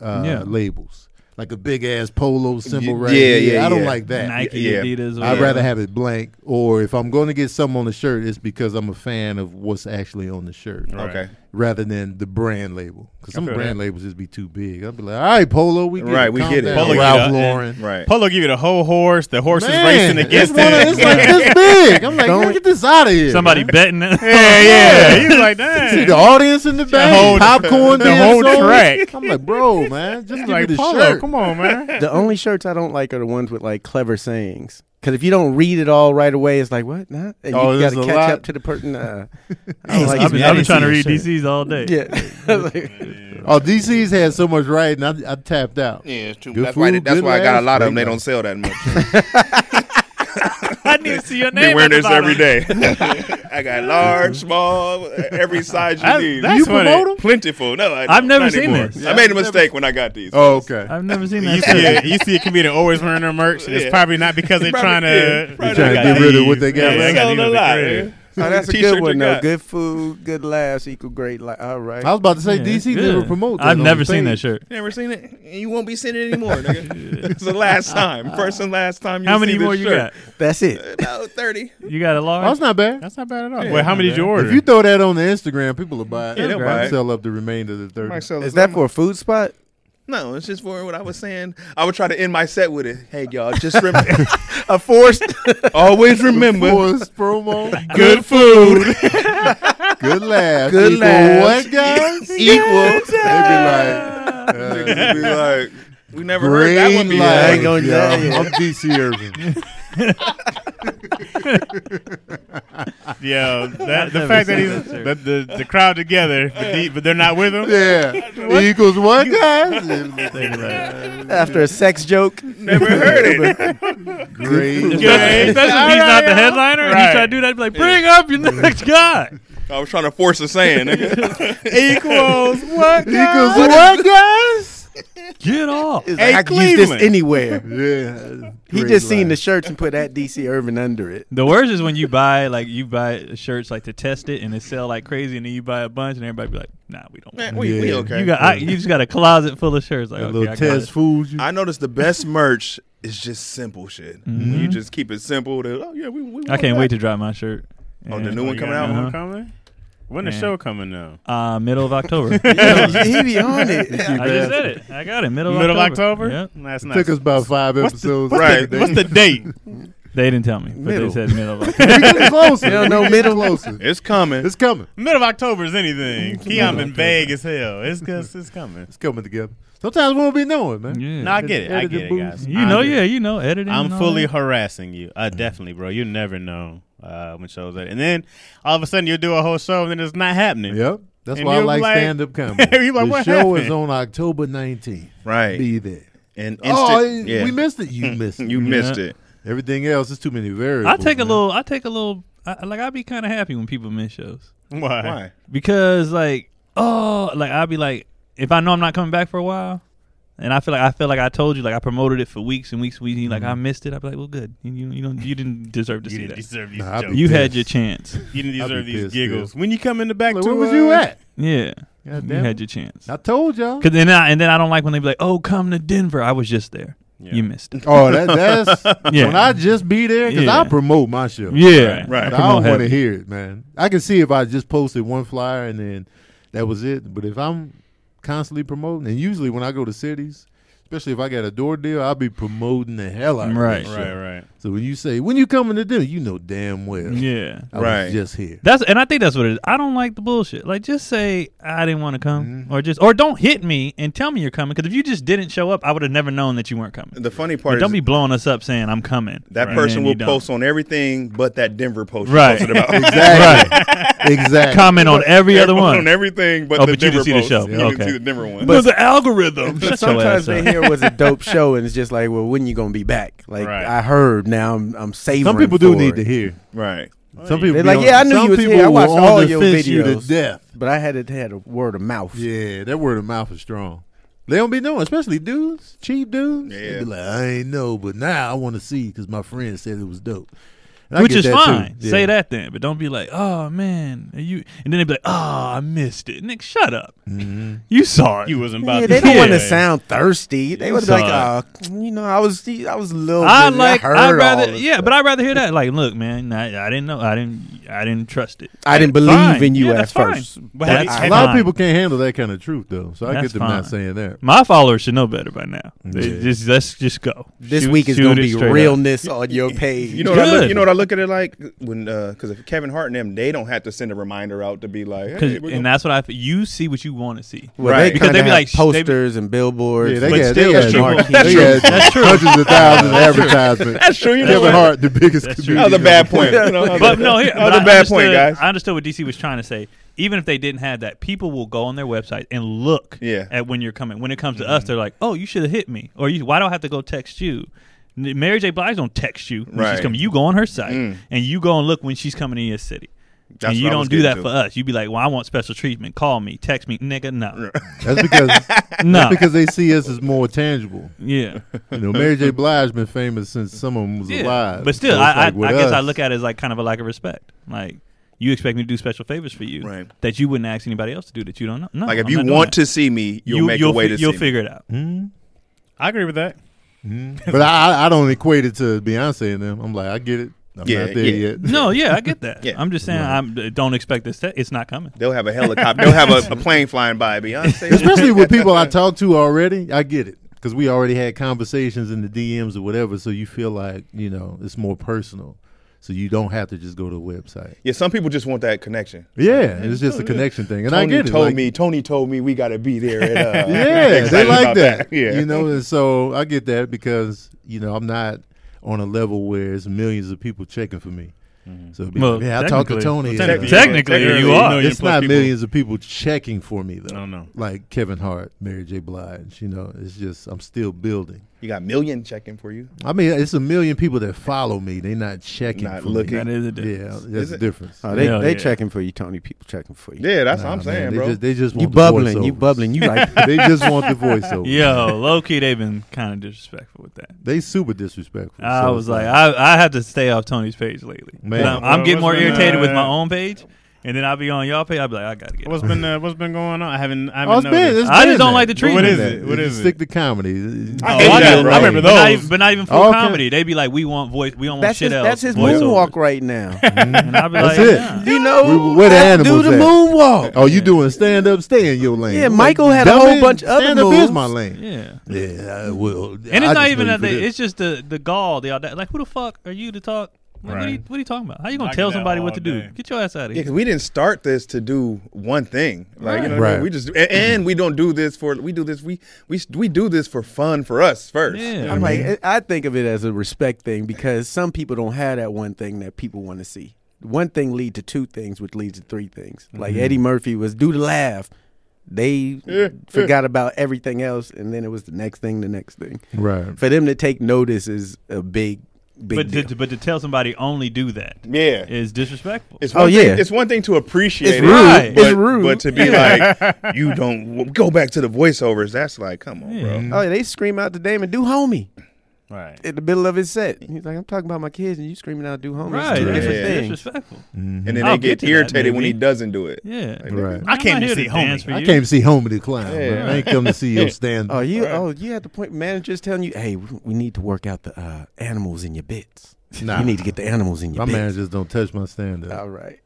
uh,
Yeah.
labels, like a big ass polo symbol
Y-
right
yeah,
here.
yeah,
I don't
yeah.
like that.
Nike,
Yeah.
Adidas.
I'd
whatever.
rather have it blank, or if I'm going to get something on the shirt, it's because I'm a fan of what's actually on the shirt,
Okay.
rather than the brand label. Because some
feel
brand labels just be too big. I'd be like, all right, Polo, we get
Right,
it.
we
Calm
get it.
down,
Polo, you
Ralph
got it.
Lauren.
Right.
Polo give you the whole horse. The horse
Man,
is racing against
it's, one of-
it.
it's like this big. I'm like, man, get this out of here.
somebody betting.
yeah, yeah. He's like, damn.
See the audience in the back,
whole-
popcorn,
the
being
whole
sold.
track.
I'm like, bro, man, just give
like
me the
Polo,
shirt.
come on, man.
The only shirts I don't like are the ones with like clever sayings. Because if you don't read it all right away, it's like what? Nah? And
Oh,
you
there's
gotta
a
catch
lot.
up to the person. Nah. I don't
I've been,
like it.
I
I've been
didn't
trying to
see
read
your
DCs all day.
Yeah. Like,
Oh, DC's had so much writing, I, I tapped out.
Yeah, it's too.
Good
that's why.
food,
That's
good
why I got a lot of
laughs,
them. They
great
don't sell that much.
I didn't even see your name.
Been wearing
at the
this every
bottom.
day. I got large, small, every size you
I-
need.
that's
you
funny.
promote them? Plentiful. No, I
I've
don't.
never
Not
seen
anymore.
this.
I made a mistake when I got these.
Oh, okay.
I've never seen that.
You see, a, you see a comedian always wearing their merch. It's
Yeah.
probably not because they're
Probably-
trying to.
yeah,
Trying
probably
to
I
get
got
rid of
these.
what they got.
Yeah,
left.
I got
Sold
these at
a
the
lot.
crib.
oh, that's a
T-shirt
good
you
one though.
got.
Good food, good laughs equal great life. All right.
I was about to say
Yeah,
DC
good.
never promote. that
I've
on
never
the
seen that
page.
shirt.
Never seen it. and You won't be seeing it anymore. Nigga. it's the last time. First and last time. You
How many
see this
more you
shirt.
That's it.
About thirty.
got? You got a large?
Oh, it's not bad.
That's not bad at all. Wait, how many did you
If
order?
you throw that on the Instagram, people will buy it.
Yeah, they'll buy it.
sell up the remainder of the thirty.
sell
Is that for a food spot?
No, it's just for what I was saying. I would try to end my set with it. Hey, y'all, just remember.
A forced
always remember.
Force promo,
Good food.
good laugh,
Good
Equal
laugh.
What guys?
Equal.
They be like, uh,
Niggas be like, we never
Green
heard that one before.
light.
I ain't gonna
Yeah,
tell you.
I'm, I'm DC Irving.
Yeah, that, the
never
fact that
seen
he's
that shirt.
that the, the crowd together, but, the, but they're not with him.
Yeah, equals what guys?
after a sex joke.
Never heard it.
Green.
Yeah,
light.
Especially if he's not the headliner and he
Right.
try to do that, be like, bring up your next guy.
I was trying to force a saying. nigga.
Equals what?
Equals what guys?
Get off.
It's
Hey,
like, I can use this
Cleveland.
anywhere.
Yeah.
He
Green
just seen the
light.
shirts and put that DC Irvin under it.
The worst is when you buy like you buy shirts like to test it and it sell like crazy, and then you buy a bunch and everybody be like, Nah, we don't.
Man,
Want
we, we
Yeah.
okay.
it. You got I, you just got a closet full of shirts like
That
okay,
little
I got
test
it.
fools you.
I noticed the best merch is just simple shit. When you just keep it simple, to, oh yeah, we. we
Mm-hmm. I can't
want that.
wait to drop my shirt.
Oh,
And-
the new one coming
That
out.
one
Uh-huh.
coming? When the
Yeah.
show coming now?
Uh, middle of October.
Yo, he be on it.
I just said it. I got it. Middle,
Middle of
of
October.
Yep.
That's
It
not.
took us about five episodes.
Right.
What's the date?
They didn't tell me, but
Middle.
they said middle of
We're
October.
getting closer.
You don't know
We're getting closer.
It's coming.
It's coming.
Middle of October is anything. Keon been vague as hell. It's 'cause it's coming.
It's coming together. Sometimes we won't be knowing, man.
yeah.
No, I get it. I
Edited
get it,
boots.
guys.
you know,
I'm-
yeah, you know, editing.
I'm
and all
fully
that.
harassing you. Uh, definitely, bro. You never know uh, when shows are. And then all of a sudden you'll do a whole show and then it's not happening.
Yep. That's
And
why I
you'll be
like,
like-
stand up comedy.
You like,
the
what
show is on
happened?
October 19th.
Right.
Be there.
and instant.
oh,
yeah.
we missed it. You missed it.
you missed it.
Everything else is too many variables.
I take a
man.
little. I take a little. I, like I'd be kind of happy when people miss shows
Why?
Why?
because, like, oh, like I'd be like, if I know I'm not coming back for a while, and I feel like I feel like I told you, like I promoted it for weeks and weeks, and weeks, and you like I missed it. I'd be like, well, good. You you, you don't you didn't deserve to
Mm-hmm. You
see
didn't
that.
deserve these
Nah, I be-
jokes.
You had
pissed.
your chance.
You didn't
I'd
deserve
be
these
pissed,
giggles. When you coming to back
Like,
to
where was
uh,
you at?
Yeah,
God
you
damn it.
had your chance.
I told y'all.
Cause then I, and then I don't like when they be like, oh, come to Denver. I was just there.
Yeah.
You missed it.
Oh, that, that's
Yeah.
when I just be there because
Yeah.
I promote my show.
Yeah,
Right.
But
I
I don't
promote
want to
heavy.
hear it, man. I can see if I just posted one flyer and then that was it. But if I'm constantly promoting, and usually when I go to cities, especially if I got a door deal, I'll be promoting the hell out
Right.
of that
Right,
show.
right.
So when you say when you coming to dinner, you know damn well
Yeah.
I
Right.
was just here.
That's and I think that's what it is. I don't like the bullshit. Like just say I didn't want to come,
Mm-hmm.
or just or don't hit me and tell me you're coming. Because if you just didn't show up, I would have never known that you weren't coming.
The funny part
But
is
don't be blowing us up saying I'm coming.
that
Right.
person
And
will
you don't.
post on everything but that Denver post. you
Right.
Posted about.
Exactly. exactly.
comment on every other
Everyone
one.
on everything but
Oh,
the
but you
Denver
didn't see the
post.
show.
You
Yeah,
didn't
okay.
see the Denver one.
but the algorithm. Shut
But
your
sometimes
ass
they
up.
hear it was a dope show, and it's just like, well, when you gonna be back? Like
Right.
I heard, now I'm I'm savoring.
Some people do
for
need
it.
to hear.
right.
Some people
They're
be
like,
on-
yeah, I knew
some
you was
people
here. I
will
watched
on
all
the
your
fence you to
videos.
death.
But I had it had a word of mouth.
Yeah, that word of mouth is strong. They don't be knowing, especially dudes, cheap dudes. They
Yeah.
be like, I ain't know, but now I want to see because my friend said it was dope. And I
Which
get
is
that, too.
fine.
Yeah.
Say that then, but don't be like, "Oh man, are you." And then they be like, "Oh, I missed it." Nick, shut up.
Mm-hmm.
You saw it.
You wasn't about
Yeah,
to
they don't
Yeah.
want to sound thirsty. They would be like,
Sorry.
uh, you know, I was, I was a little.
I
bit-
like.
I heard
I'd
all
rather.
this
Yeah,
stuff.
but I'd rather hear that. Like, look, man, I, I didn't know. I didn't. I didn't trust it.
I didn't believe
Fine.
in you
Yeah,
at
that's fine.
first.
But
That's
have you-
A
have
lot of
fine.
people can't handle that kind of truth, though. So I
That's
get them not
fine.
saying that.
My followers should know better by now. They
Yeah.
just let's just go.
This
Shoot-
week is
shoot
gonna
it
be
straight up.
realness on your page.
You know, what I look,
Good.
you know what I look at it like when because if Kevin Hart and them, they don't have to send a reminder out to be like, hey,
'Cause-
we're
and
gonna-
that's what I. f- You see what you want to see.
well,
Right.
they
Because
because
they
they
be like, sh- they be-
posters and billboards.
Yeah, they
But
got,
still,
they got
that's true.
marquee-
That's
they
true.
got
That's true.
hundreds of thousands of advertisements.
That's true. You know
Kevin
what?
Hart, the biggest
That's
comedian.
true.
That was a bad
of
point. You know, that was a-
But no, here,
that
but
was
I
a bad
understood-
point, guys.
I understood what DC was trying to say. Even if they didn't have that, people will go on their website and look
Yeah. Mm-hmm.
at when you're coming. When it comes to us, they're like, "Oh, you should have hit me," or "You why do I have to go text you?" N- Mary J. Blige don't text you when she's
Right.
coming. You go on her site
Mm.
and you go and look when she's coming to your city.
That's
and you
what I was
don't do
getting
that
to.
for us. You be like, "Well, I want special treatment. Call me, text me, nigga." No,
That's because
no,
because they see us as more tangible.
yeah.
You know, Mary J. Blige's been famous since someone was alive.
But still,
So it's
I,
like with
I, I guess I
us-
look at it as like kind of a lack of respect. Like you expect me to do special favors for you
Right.
that you wouldn't ask anybody else to do that you don't know. No,
Like if
I'm
you
not doing
want
that.
to see me, you'll make a way
fi-
to
you'll
see me.
figure it out.
Mhm.
I agree with that.
But I, I- I don't equate it to Beyonce and them. I'm like, I get it. I'm
Yeah,
not there
yeah.
yet.
No, yeah, I get that.
Yeah.
I'm just saying, I'm don't expect this. To, it's not coming.
They'll have a helicopter. They'll have a, a plane flying by. Beyonce.
Especially with people I talk to already, I get it because we already had conversations in the DMs or whatever. So you feel like you know it's more personal. So you don't have to just go to a website.
yeah, some people just want that connection.
Yeah, it's just a connection thing, and
Tony
I get it.
told
like-
me. Tony told me we got to be there. At, uh,
yeah, they
excited
like
about
that.
Yeah,
you know, and so I get that because you know I'm not on a level where it's millions of people checking for me.
Mm-hmm.
So it'd be
Well,
like, yeah, I talked to
technically-
Tony. and,
well,
uh,
Yeah.
Technically,
Technically,
you
you
are.
know you-
it's not
people.
millions of people checking for me though.
I don't know.
Like Kevin Hart, Mary J. Blige. You know, it's just I'm still building.
you got million checking for you.
I mean, it's a million people that follow me. They're not checking.
Not
for
looking.
That
Me.
is a
Yeah,
difference.
that's
Is
the
it-
difference.
Oh, they
Hell
they
yeah.
checking for you, Tony. People checking for you.
Yeah, that's
Nah,
what I'm
man,
saying,
they
bro.
Just, they just
You
want The
bubbling,
voiceover.
you bubbling, you like
they just want the voiceover.
Yo, low key, they've been kind of disrespectful with that.
they super disrespectful.
I
So
was
it's
like, I I have to stay off Tony's page lately.
Man.
I'm, I'm getting more
What's been,
irritated with my
uh,
own page. and then I'll be on y'all page. I'll be like, I gotta get.
What's
on.
been uh, What's been going on? I haven't. I haven't
Oh, it's been,
noticed.
it's
I just
been
don't
that.
like the
It's been
treatment.
that.
What
Just
is it?
Stick to comedy.
I,
Oh,
hate
I,
that,
know.
bro.
I remember
But not,
those.
even, but not even full
Okay.
comedy. They be like, we want voice. We don't want
That's
shit
his,
else.
that's his
Voiceover.
moonwalk right now.
And I'll be
That's
like,
it.
nah.
you know,
We- where the
let's do
animals
the
at?
moonwalk.
Oh, you doing stand up? Stay in your lane.
Yeah, Michael had a whole
dummy,
bunch of other
stand-up
moves.
is my lane.
yeah.
Yeah, I will. And
And it's not even that they, it's just the the gall, the auda- like who the fuck are you to talk? Like, what, are you,
Right.
what are you talking about? How you gonna
I
tell
get that
somebody what
all
to
day.
do? Get your ass out of
Yeah,
here.
because we didn't start this to do one thing. Like you know, what I
Right.
mean? we just and, and we don't do this for we do this we we we do this for fun for us first.
Yeah.
I'm
Mm-hmm.
like, I I think of it as a respect thing because some people don't have that one thing that people want to see. One thing lead to two things, which leads to three things. Like
Mm-hmm.
Eddie Murphy was do the laugh. They forgot about everything else, and then it was the next thing, the next thing.
right.
For them to take notice is a big, big
But
deal.
to, but to tell somebody only do that is
Yeah.
disrespectful.
It's
Oh,
one thing,
yeah.
It's one thing to appreciate
It's
it.
rude.
Right.
But,
It's rude.
But to be like, you don't w- go back to the voiceovers, that's like, come on, bro.
oh, they scream out to Damon, do homie.
Right.
at the middle of his set. He's like, I'm talking about my kids, and you screaming out, "Do homies."
right,
It's two
it's
different
Yeah.
things.
disrespectful.
And then
I'll
they get,
get to that,
irritated when he
maybe.
doesn't do it.
Yeah,
Right.
I came
I'm
to
not here
see
to
homie.
dance for
I
you.
came to see Homie the Clown.
Yeah.
bro. I ain't come to see your stand
Oh,
up.
you, oh, you had the point. Managers telling you, "Hey, we we need to work out the uh, animals in your bits.
Nah.
You need to get the animals in
My
your bits."
managers don't touch my stand up.
All right.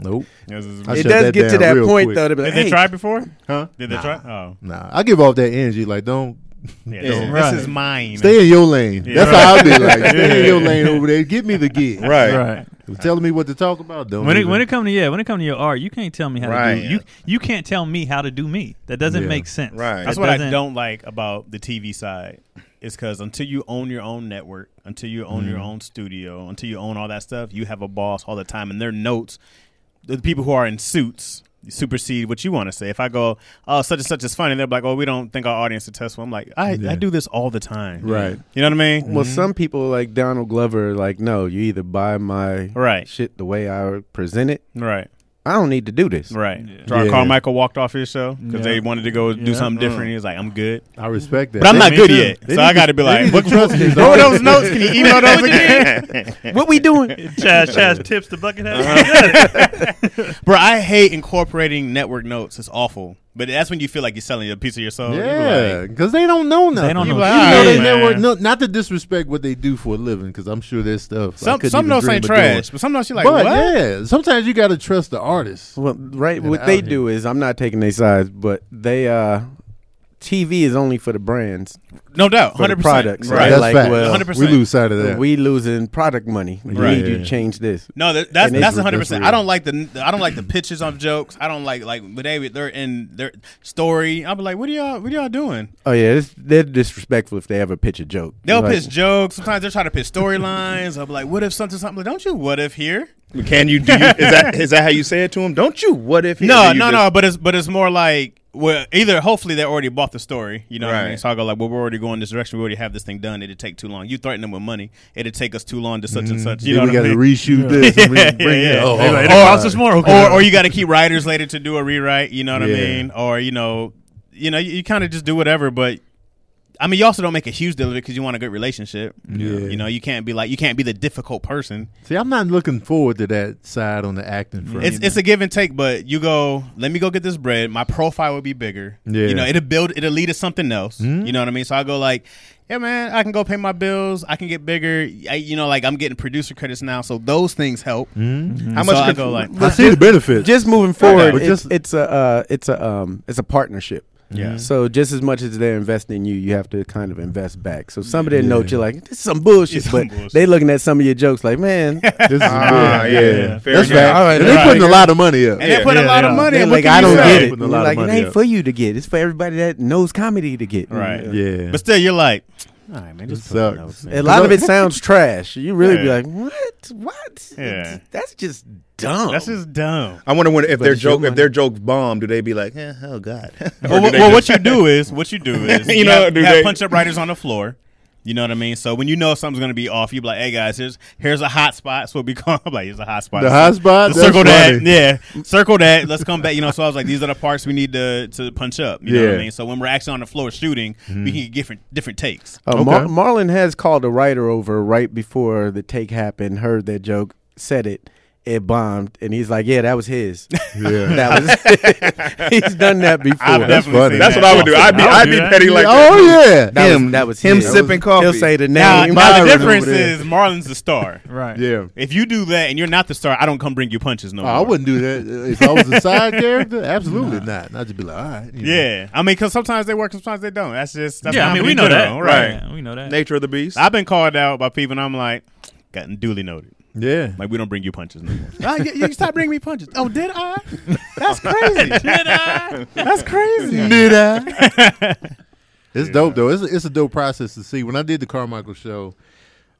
Nope.
This is-
I
it
shut
does
that
get to
down
that
real
point
quick.
though. To be like,
Did they
hey,
try before?
Huh?
Did they try? Oh,
Nah, I give off that energy. Like, don't
yeah.
Yeah.
This,
Right.
this is mine.
stay in your lane.
Yeah.
That's how I be like. Stay in your lane over there. Get me the gig.
Right.
Right.
Telling me what to talk about. Don't.
When it
even-
when it come to yeah, when it come to your art, you can't tell me how to
Right.
do you. You can't tell me how to do me. That doesn't
Yeah.
make sense.
Right.
That's
That
what I
doesn't-
don't like about the TV side. Is because until you own your own network, until you own
Mm-hmm.
your own studio, until you own all that stuff, you have a boss all the time, and their notes, the people who are in suits supersede what you want to say. If I go, oh, such and such is funny, they're like, oh, we don't think our audience is testable. I'm like, I,
Yeah.
I do this all the time.
Right.
You know what I mean?
well, some people like Donald Glover, are like, no, you either buy my
Right.
shit the way I present it.
Right. I
I don't need to do this.
Right.
Yeah.
Gerard
Yeah. Mm.
Carmichael walked off his show because they
Yeah.
wanted to go do
Yeah.
something different. He was like, I'm good.
I respect that.
But I'm not
me
good
too.
yet.
They
so
need
I got to
to-
be
they
like,
need to
what,
trust these
what were
artists.
those notes? Can you email those again?
What we doing?
Chaz, Chaz tips the bucket hat.
Bro, I hate incorporating network notes. It's awful. But that's when you feel like you're selling a piece of your soul. You be
Yeah,
like,
because they don't know nothing.
don't know
You
shit.
know they
Right,
never-
man.
no, not to disrespect what they do for a living, because I'm sure there's stuff. I
some
couldn't
some
even
notes
dream
ain't
of doing.
trash, but some notes you're like,
but
what?
yeah, sometimes you got to trust the artist.
Well, right.
Get
What
out
they
here.
do is, I'm not taking their sides, but they, uh, TV is only for the brands.
No doubt.
For the
100%.
products,
Right.
right?
That's
Like,
fact.
well,
100%.
we lose sight of that.
we losing product money. We
Right.
need you
Yeah.
to change this.
No, that, that's
And it's
that's
re-
one hundred
that's
percent.
real.
I don't like the I don't like the pictures of jokes. I don't like like but they they're in their story. I'll be like, what are y'all what are y'all doing?
Oh yeah, it's, they're disrespectful if they ever pitch a joke.
They'll
Like,
pitch jokes. Sometimes they're trying to pitch storylines. I'll be like, what if something something? Like, don't you what if here?
But Can you do you, is that is that how you say it to him? Don't you what if he-
No,
or do you
no,
just-
no. But it's but it's more like well, either hopefully they already bought the story. You know, what I mean?
Right.
so I go like, well, we're already going this direction. We already have this thing done. It'd take too long. You threaten them with money. It'd take us too long to such and such. You
Mm-hmm. Then
know
we
what
got
I
to
mean?
reshoot this. And re- bring
yeah.
It. Oh,
They
oh,
like,
oh,
more.
or or you got to keep writers later to do a rewrite. You know what I
Yeah.
mean? Or you know, you know, you, you kind of just do whatever. But I mean, you also don't make a huge deal of it because you want a good relationship.
Yeah.
You know, you can't be like you can't be the difficult person.
See, I'm not looking forward to that side on the acting front.
It's it's a give and take, but you go. Let me go get this bread. My profile will be bigger.
Yeah.
you know it'll build. It'll lead to something else. You know what I mean? So I go like, yeah, man, I can go pay my bills. I can get bigger. I, you know, like I'm getting producer credits now, so those things help. Mm-hmm.
How
So
much
I
could-
go like,
I see the benefits.
Just moving forward,
but
it's,
just-
it's a uh, it's a um, it's a partnership.
yeah,
So just as much as they're investing in you, you have to kind of invest back. So some of their
Yeah.
notes, you're like, this is some bullshit,
It's some
but
bullshit.
they looking at some of your jokes like, man,
this is
Ah,
good.
yeah,
yeah.
fair
That's
enough.
right.
All right,
And they're
that's
putting a lot of money up.
and they
Yeah.
put a
Yeah,
lot
they
of
are.
money.
they're
and
like,
what can
I
you
don't
say?
get it.
Putting a
You're
lot of
like, it
money
ain't
up.
for you to get. It's for everybody that knows comedy to get.
Right.
Yeah,
But still, you're like, all right, man,
this
just put the
sucks.
notes in.
A lot of it sounds trash. You really be
Yeah.
like, what? What?
Yeah.
That's just dumb.
That's just dumb.
I wonder when if
But
their
it's your
joke
money.
if their jokes bomb, do they be like, eh, oh god? Or
Well,
do
wh-
they
well,
just-
what you do is what you do is
You
you,
know,
know have,
do
you have
they-
punch up writers on the floor. You know what I mean? So when you know something's gonna be off, you be like, "Hey guys, here's here's a hot spot." So we call I'm like, "Here's a hot spot."
The
So-
hot spot?
so
That's
circle that.
funny.
Yeah, circle that. Let's come back. You know, so I was like, "These are the parts we need to to punch up." You know what
Yeah.
I mean? So when we're actually on the floor shooting, we can get different different takes.
Uh, Mar- Marlon has called a writer over right before the take happened, heard their joke, said it, It bombed, and he's like, "Yeah, that was his.
Yeah.
That was he's done that before.
I've
That's
definitely
funny.
seen
That's
that.
what I would do. I'd be,
I would
I'd
do
be
that.
petty like that.
oh yeah.
That
him.
was, that was
him
his.
sipping coffee.
He'll say the
Now,
name.
now
Byron
the
over
difference
there.
is Marlon's the star.
Right.
yeah.
If you do that and you're not the star, I don't come bring you punches no
Oh,
more.
I wouldn't do that if I was a side character. Absolutely not. I'd just be like, all right. you know.
Yeah, I mean, because sometimes they work, sometimes they don't. That's just that's
yeah, I mean,
comedy
we
in
know that.
general, right?
Yeah, we know that.
Nature of the beast.
I've been called out by people, and I'm like, gotten duly noted.
Yeah.
Like we don't bring you punches no more. Ah, you, you stop bringing me punches. Oh, did I? That's crazy.
Did I?
That's crazy.
Did I? it's dope though. It's a, it's a dope process to see. When I did the Carmichael show,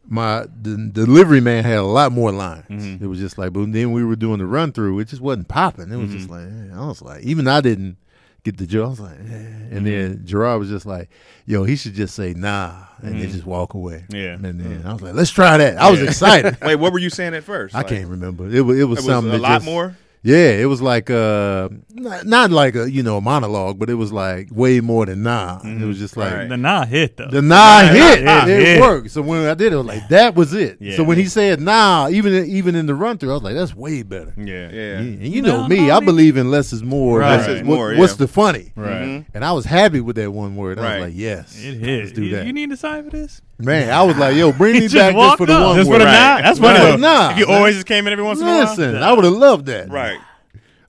my the delivery man had a lot more lines. It was just like, but then we were doing the run through. It just wasn't popping. It was just like eh, I was like, even I didn't get the joke. I was like, eh. and then Gerard was just like, yo, he should just say nah and then just walk away.
Yeah.
and then I was like, let's try that. I was excited.
Wait, what were you saying at first?
I
Like,
can't remember. It was it was,
It was
something
a
that
lot
just-
more.
yeah, it was like uh not, not like a you know a monologue, but it was like way more than nah. It was just like
Right.
The nah hit though.
the nah hit.
nah,
it
hit.
worked. So when I did it, I was like that was it.
Yeah.
So when he said nah, even even in the run through, I was like that's way better.
Yeah.
Yeah.
Yeah, And you
Nah,
know me,
nah,
I
nigga.
believe in less is more.
Right.
Less is
Right.
what-
More,
What's
yeah.
the funny?
Right.
Mhm.
And I was happy with that one word. I
Right.
was like, yes,
It hit.
let's do
you,
that.
you need to sign for this?
Man, I was like, yo, bring
He
me
just
back just
walked
for the
up.
one
Just for
word.
the
Right.
nah. That's funny
Right.
though.
Nah.
If you always just came in every once in a while.
Listen, I would have loved that.
Right.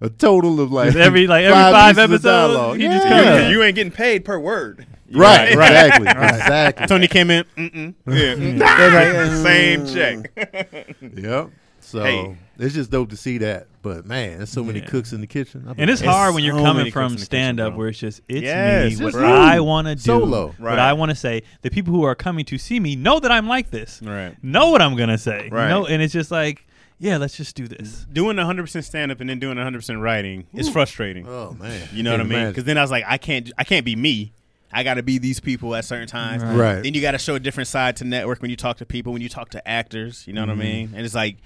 a total of like
With every- like, every five
pieces of
episodes,
dialogue.
you just
Yeah.
come in.
You ain't getting paid per word.
Right, exactly, exactly.
Tony came in. Mm-mm.
Yeah. mm. Same check.
Yep. So
Hey.
it's just dope to see that. But man, there's so many
Yeah.
cooks in the kitchen. I be
And it's
like,
hard when you're
so
coming
many cooks in
from
the kitchen,
stand up
bro.
where it's just it's
Yes,
me,
it's
what
you.
I want to do,
Solo.
what
Right.
I want to say. The people who are coming to see me know that I'm like this,
Right.
know what I'm gonna say,
Right.
know, and it's just like, yeah, let's just do this.
Doing 100% stand up and then doing 100% writing is frustrating.
Oh man,
You know what I
Can't
mean?
imagine.
Because then I was like, I can't, I can't be me. I got to be these people at certain times.
Right.
Then you got to show a different side to network when you talk to people, when you talk to actors. You know what I mean? And it's like,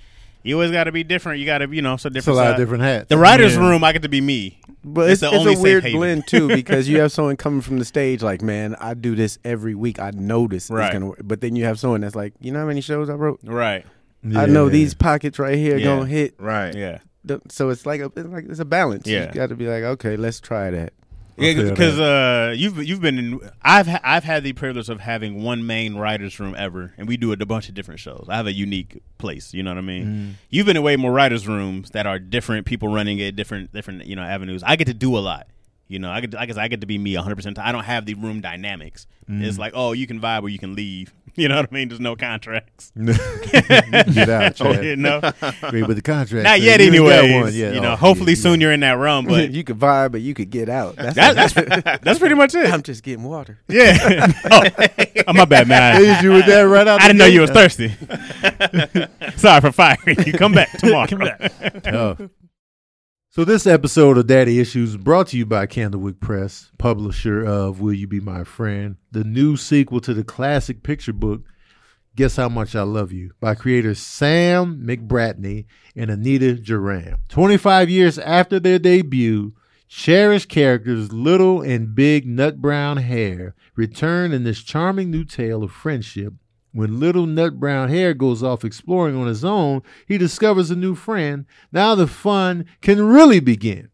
you always got to be different. You got to, you know,
it's
so
a
different.
lot of
side.
different hats.
The writers'
Yeah.
room, I get to be me.
But
It's
it's,
the
it's
only
a
safe
weird
haven.
blend too because you have someone coming from the stage like, man, I do this every week. I know this
Right.
is gonna work. But then you have someone that's like, you know how many shows I wrote?
Right.
I know
Yeah.
these pockets right here
Yeah.
gonna hit.
Right.
Yeah.
The- So it's like a it's like it's a balance.
Yeah.
You got to be like, okay, let's try that.
I feel
because uh, you've you've been in. I've ha- I've had the privilege of having one main writers' room ever, and we do a bunch of different shows. I have a unique place. You know what I mean?
Mm.
You've been in way more writers' rooms that are different people running it, different different you know avenues. I get to do a lot. You know, I get to, I guess I get to be me 100. percent I don't have the room dynamics.
Mm.
It's like oh, you can vibe or you can leave. You know what I mean? There's no contracts.
Get out, Chad.
You know,
Agree with the contract.
Oh, not
so
yet.
you ain't got
Anyway,
one yet.
you
Oh,
know,
yeah,
hopefully
yeah.
soon you're in that realm, but.
you could vibe, but you could get out. That's,
That, that's that's pretty much it.
I'm just getting water.
Yeah. oh. oh, my bad, man.
Hit you with that right out.
I
the
didn't know
gate.
you was thirsty. Sorry for firing you. Come back tomorrow.
Come back.
Oh. So this episode of Daddy Issues is brought to you by Candlewick Press, publisher of Will You Be My Friend, the new sequel to the classic picture book Guess How Much I Love You by creators Sam McBratney and Anita Duran. 25 years after their debut, cherished characters Little and Big Nut Brown Hair return in this charming new tale of friendship. When Little Nut Brown Hair goes off exploring on his own, he discovers a new friend. Now the fun can really begin.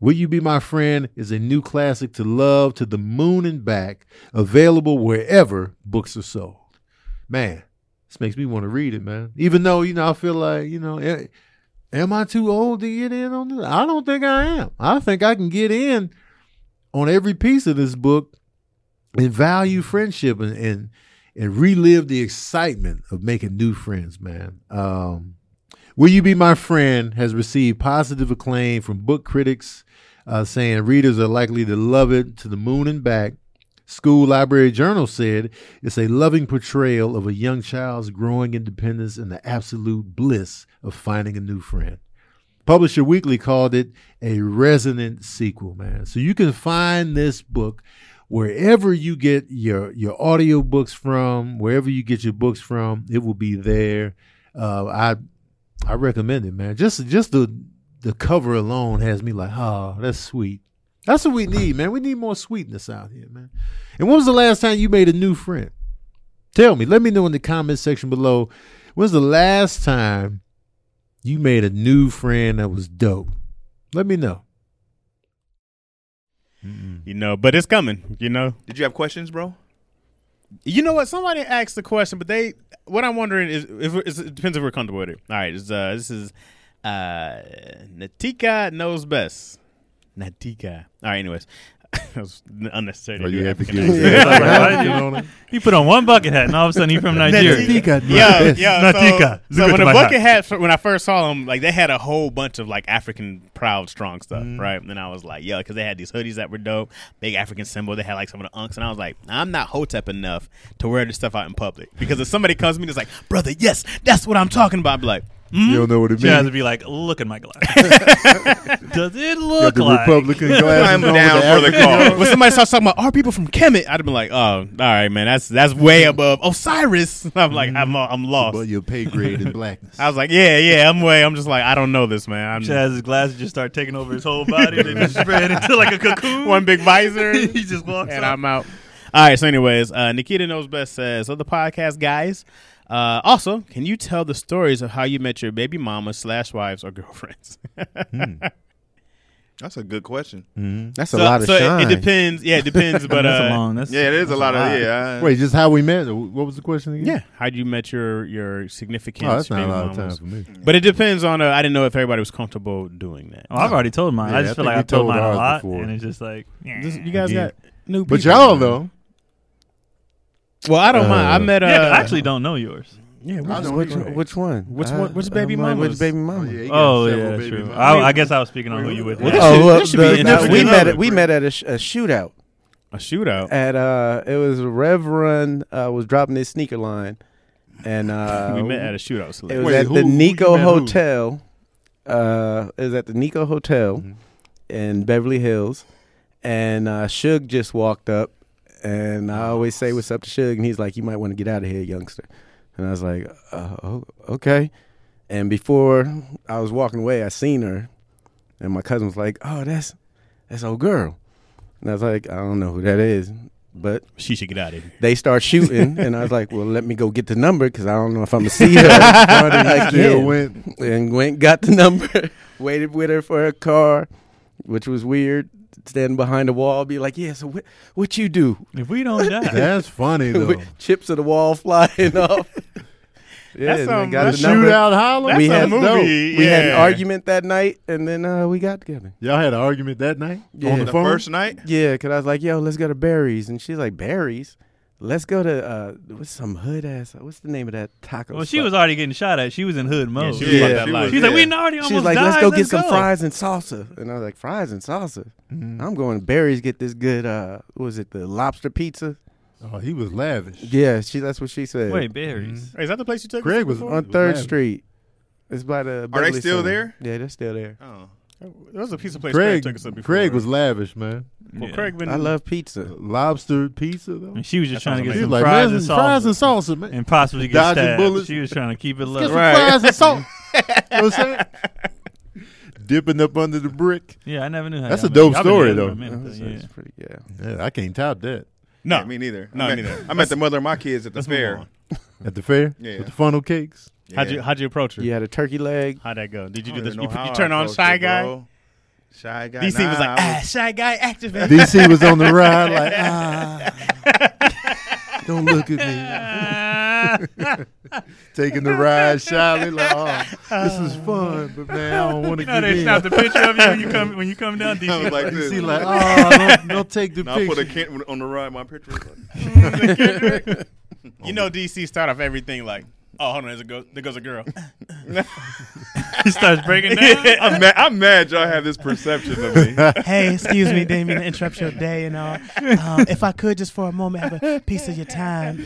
Will You Be My Friend is a new classic to love to the moon and back, available wherever books are sold man, this makes me want to read it, man. Even though you know, I feel like you know, eh, am I too old to get in on this? I don't think I am. I think I can get in on every piece of this book and value friendship and and, and relive the excitement of making new friends, man. Um, Will You Be My Friend has received positive acclaim from book critics, uh, saying readers are likely to love it to the moon and back. School Library Journal said it's a loving portrayal of a young child's growing independence and the absolute bliss of finding a new friend. Publisher Weekly called it a resonant sequel, man. So you can find this book wherever you get your your audio books from, wherever you get your books from, it will be there. Uh, I I recommend it, man. Just just the the cover alone has me like, oh, that's sweet. That's what we need, man. We need more sweetness out here, man. And when was the last time you made a new friend? Tell me. Let me know in the comment section below. When's the last time you made a new friend that was dope, let me know.
you know, but it's coming, you know.
Did you have questions, bro?
You know what? Somebody asked the question, but they. What I'm wondering is if is, it depends if we're comfortable with it. All right, it's, uh, this is uh, Natika knows best. Natika. All right. Anyways, that was unnecessary.
Are Oh, you
Yeah.
happy to give
Yeah, like, why you on
it?
He put on one bucket hat, and all of a sudden he from Nigeria.
Natika,
Yeah,
yes.
yeah.
Natika,
So, so
look at
when the
my
bucket hat, when I first saw them, like they had a whole bunch of like African proud strong stuff, right? And I was like, yeah, because they had these hoodies that were dope, big African symbol. They had like some of the unks, and I was like, I'm not hotep enough to wear this stuff out in public because if somebody comes to me and is like, brother, yes, that's what I'm talking about. I'm like,
You don't know what it
You have to
means.
be like, look at my glass. Does
Got
it look
the
like?
Republican glasses
I'm
on with
down for the
African-
call.
when somebody starts talking about, are people from Kemet? I'd have been like, oh, all right, man, that's that's way above Osiris. I'm like, I'm I'm
But
lost.
your pay grade in blackness.
I was like, yeah, yeah, I'm way. I'm just like, I don't know this, man. I'm
Chaz's glasses just start taking over his whole body, and just spread into like a cocoon.
one big visor.
he just walks
and
out.
I'm out. All right. So, anyways, uh, Nikita knows best says other podcast guys. Uh, also, can you tell the stories of how you met your baby mama slash wives or girlfriends?
That's a good question.
That's
so, so it- It, depends. Yeah, it depends. but
that's
uh,
a long. That's,
Yeah, it is a
that's
lot of yeah. I-
Wait, just how we met? What was the question again?
yeah, how you met your your significant
Oh, that's not
baby
a lot of time
mamas.
for me.
But it depends on. Uh, I didn't know if everybody was comfortable doing that.
Oh, I've already told mine.
Yeah,
I
I
just feel
think
like
we
I've told
told
mine a
ours
lot,
before.
and it's just like, yeah.
This- you guys
Yeah.
got new,
But
people,
y'all
man.
though,
Well, I don't
Uh,
mind. I met. Uh,
yeah, 'cause I actually don't know yours.
Yeah, we
I
just-
don't
Which,
either.
one- which one?
Which
Uh,
one- which
uh,
baby
mama?
mamas?
Which baby
Oh,
mama?
yeah, he got
Oh yeah,
several
that's
baby
true.
mamas.
I, I guess I was speaking on who you with.
Well,
now.
this
Oh
should-
well,
this should
the-
be
no,
interesting.
we
Another
met at, we
break.
met at a, sh- a shootout
a shootout.
at uh it was Reverend uh, was dropping his sneaker line, and uh,
we met at a shootout. So
It was
Wait,
at
who-
the
who you
Nico
met who?
Hotel. Uh, it was at the Nico Hotel in Beverly Hills, and uh, Suge just walked up, and I always say what's up to Suge, and he's like, "You might want to get out of here, youngster," and I was like, uh, "Oh, okay." And before I was walking away, I seen her, and my cousin was like, "Oh, that's that's old girl," and I was like, "I don't know who that is," but
she should get out of here.
they start shooting, and I was like, "Well, let me go get the number because I don't know if I'm gonna see her." Like,
Still
yeah.
went.
and went got the number, waited with her for her car, which was weird. Standing behind a wall, be like, "Yeah, so wh- what you do?"
if we don't die,
That's funny though.
With Chips of the wall flying off. yeah,
That's
and they
some-
got
That
the number.
shootout holler.
we had
a movie,
dope. We had an
yeah.
argument that night, and then uh, we got together.
Y'all had an argument that night
Yeah.
on the,
The
phone.
first night,
Yeah, because I was like, "Yo, let's go to Barry's," and she's like, "Barry's." Let's go to uh, what's some hood ass? What's the name of that taco?
well, she
spot?
was already getting shot at. She was in hood mode.
she
she
was
was,
about
Yeah,
that
she
life.
was-
She's
yeah.
like,
we already almost
She's like,
died.
let's go get some fries and salsa. And I was like, fries and salsa?
Mm.
I'm going to Barry's get this good, uh, what was it, the lobster pizza?
Oh, he was lavish.
Yeah, she. that's what she said.
Wait, berries.
Is that the place you took?
Greg was
On
was
3rd
lavish.
Street. It's by the.
Are they
Beverly
still
Center.
there?
Yeah, they're still there.
oh,
There was a piece of place Craig, took us up
Craig,
before.
Craig was lavish, man.
Well,
Yeah.
Mm-hmm. Craig been.
I love pizza.
Oh,
Lobster pizza though.
And she was just
That
trying to
sounds
He
get
was
some
like,
fries,
man,
and
some fries and
salsa,
salsa, man.
and possibly get
Dodging
stabbed.
bullets.
She was trying to keep it
Get some
low.
fries and salt. you know what I'm saying? Dipping up under the brick.
Yeah, I never knew how.
That's
y'all
a dope
met. Y'all been
story,
together for
though.
a minute,
So
though,
It's pretty, yeah.
Yeah, I can't top that.
No,
yeah, me neither.
No,
I met,
neither.
I met the mother of my kids at the
let's move
fair.
on.
At the fair?
Yeah.
With the funnel cakes.
how'd you how'd you approach her?
You had a turkey leg.
How'd that go? Did you
I
do
don't
this?
even
You,
know
you
how
turn
I
on
approached
shy
it,
guy.
bro. Shy guy.
DC was
Nah,
like,
I
ah, shy guy, activate.
DC was on the ride like, ah, don't look at me.
yeah.
Taking the ride shyly like, oh, this is fun, but man, I don't want to
No,
get
they
in.
snapped a picture of you when you come when you come down.
I was
DC.
like this.
DC like, oh, don't, don't take the
And I put a
picture.
kid on the ride. My picture was like,
you know, DC start off everything like, oh, hold on, there's a go- there goes a girl.
He starts breaking down.
I'm mad. I'm mad. Y'all have this perception of me.
Hey, excuse me, didn't mean to interrupt your day and all. Um, if I could just for a moment have a piece of your time,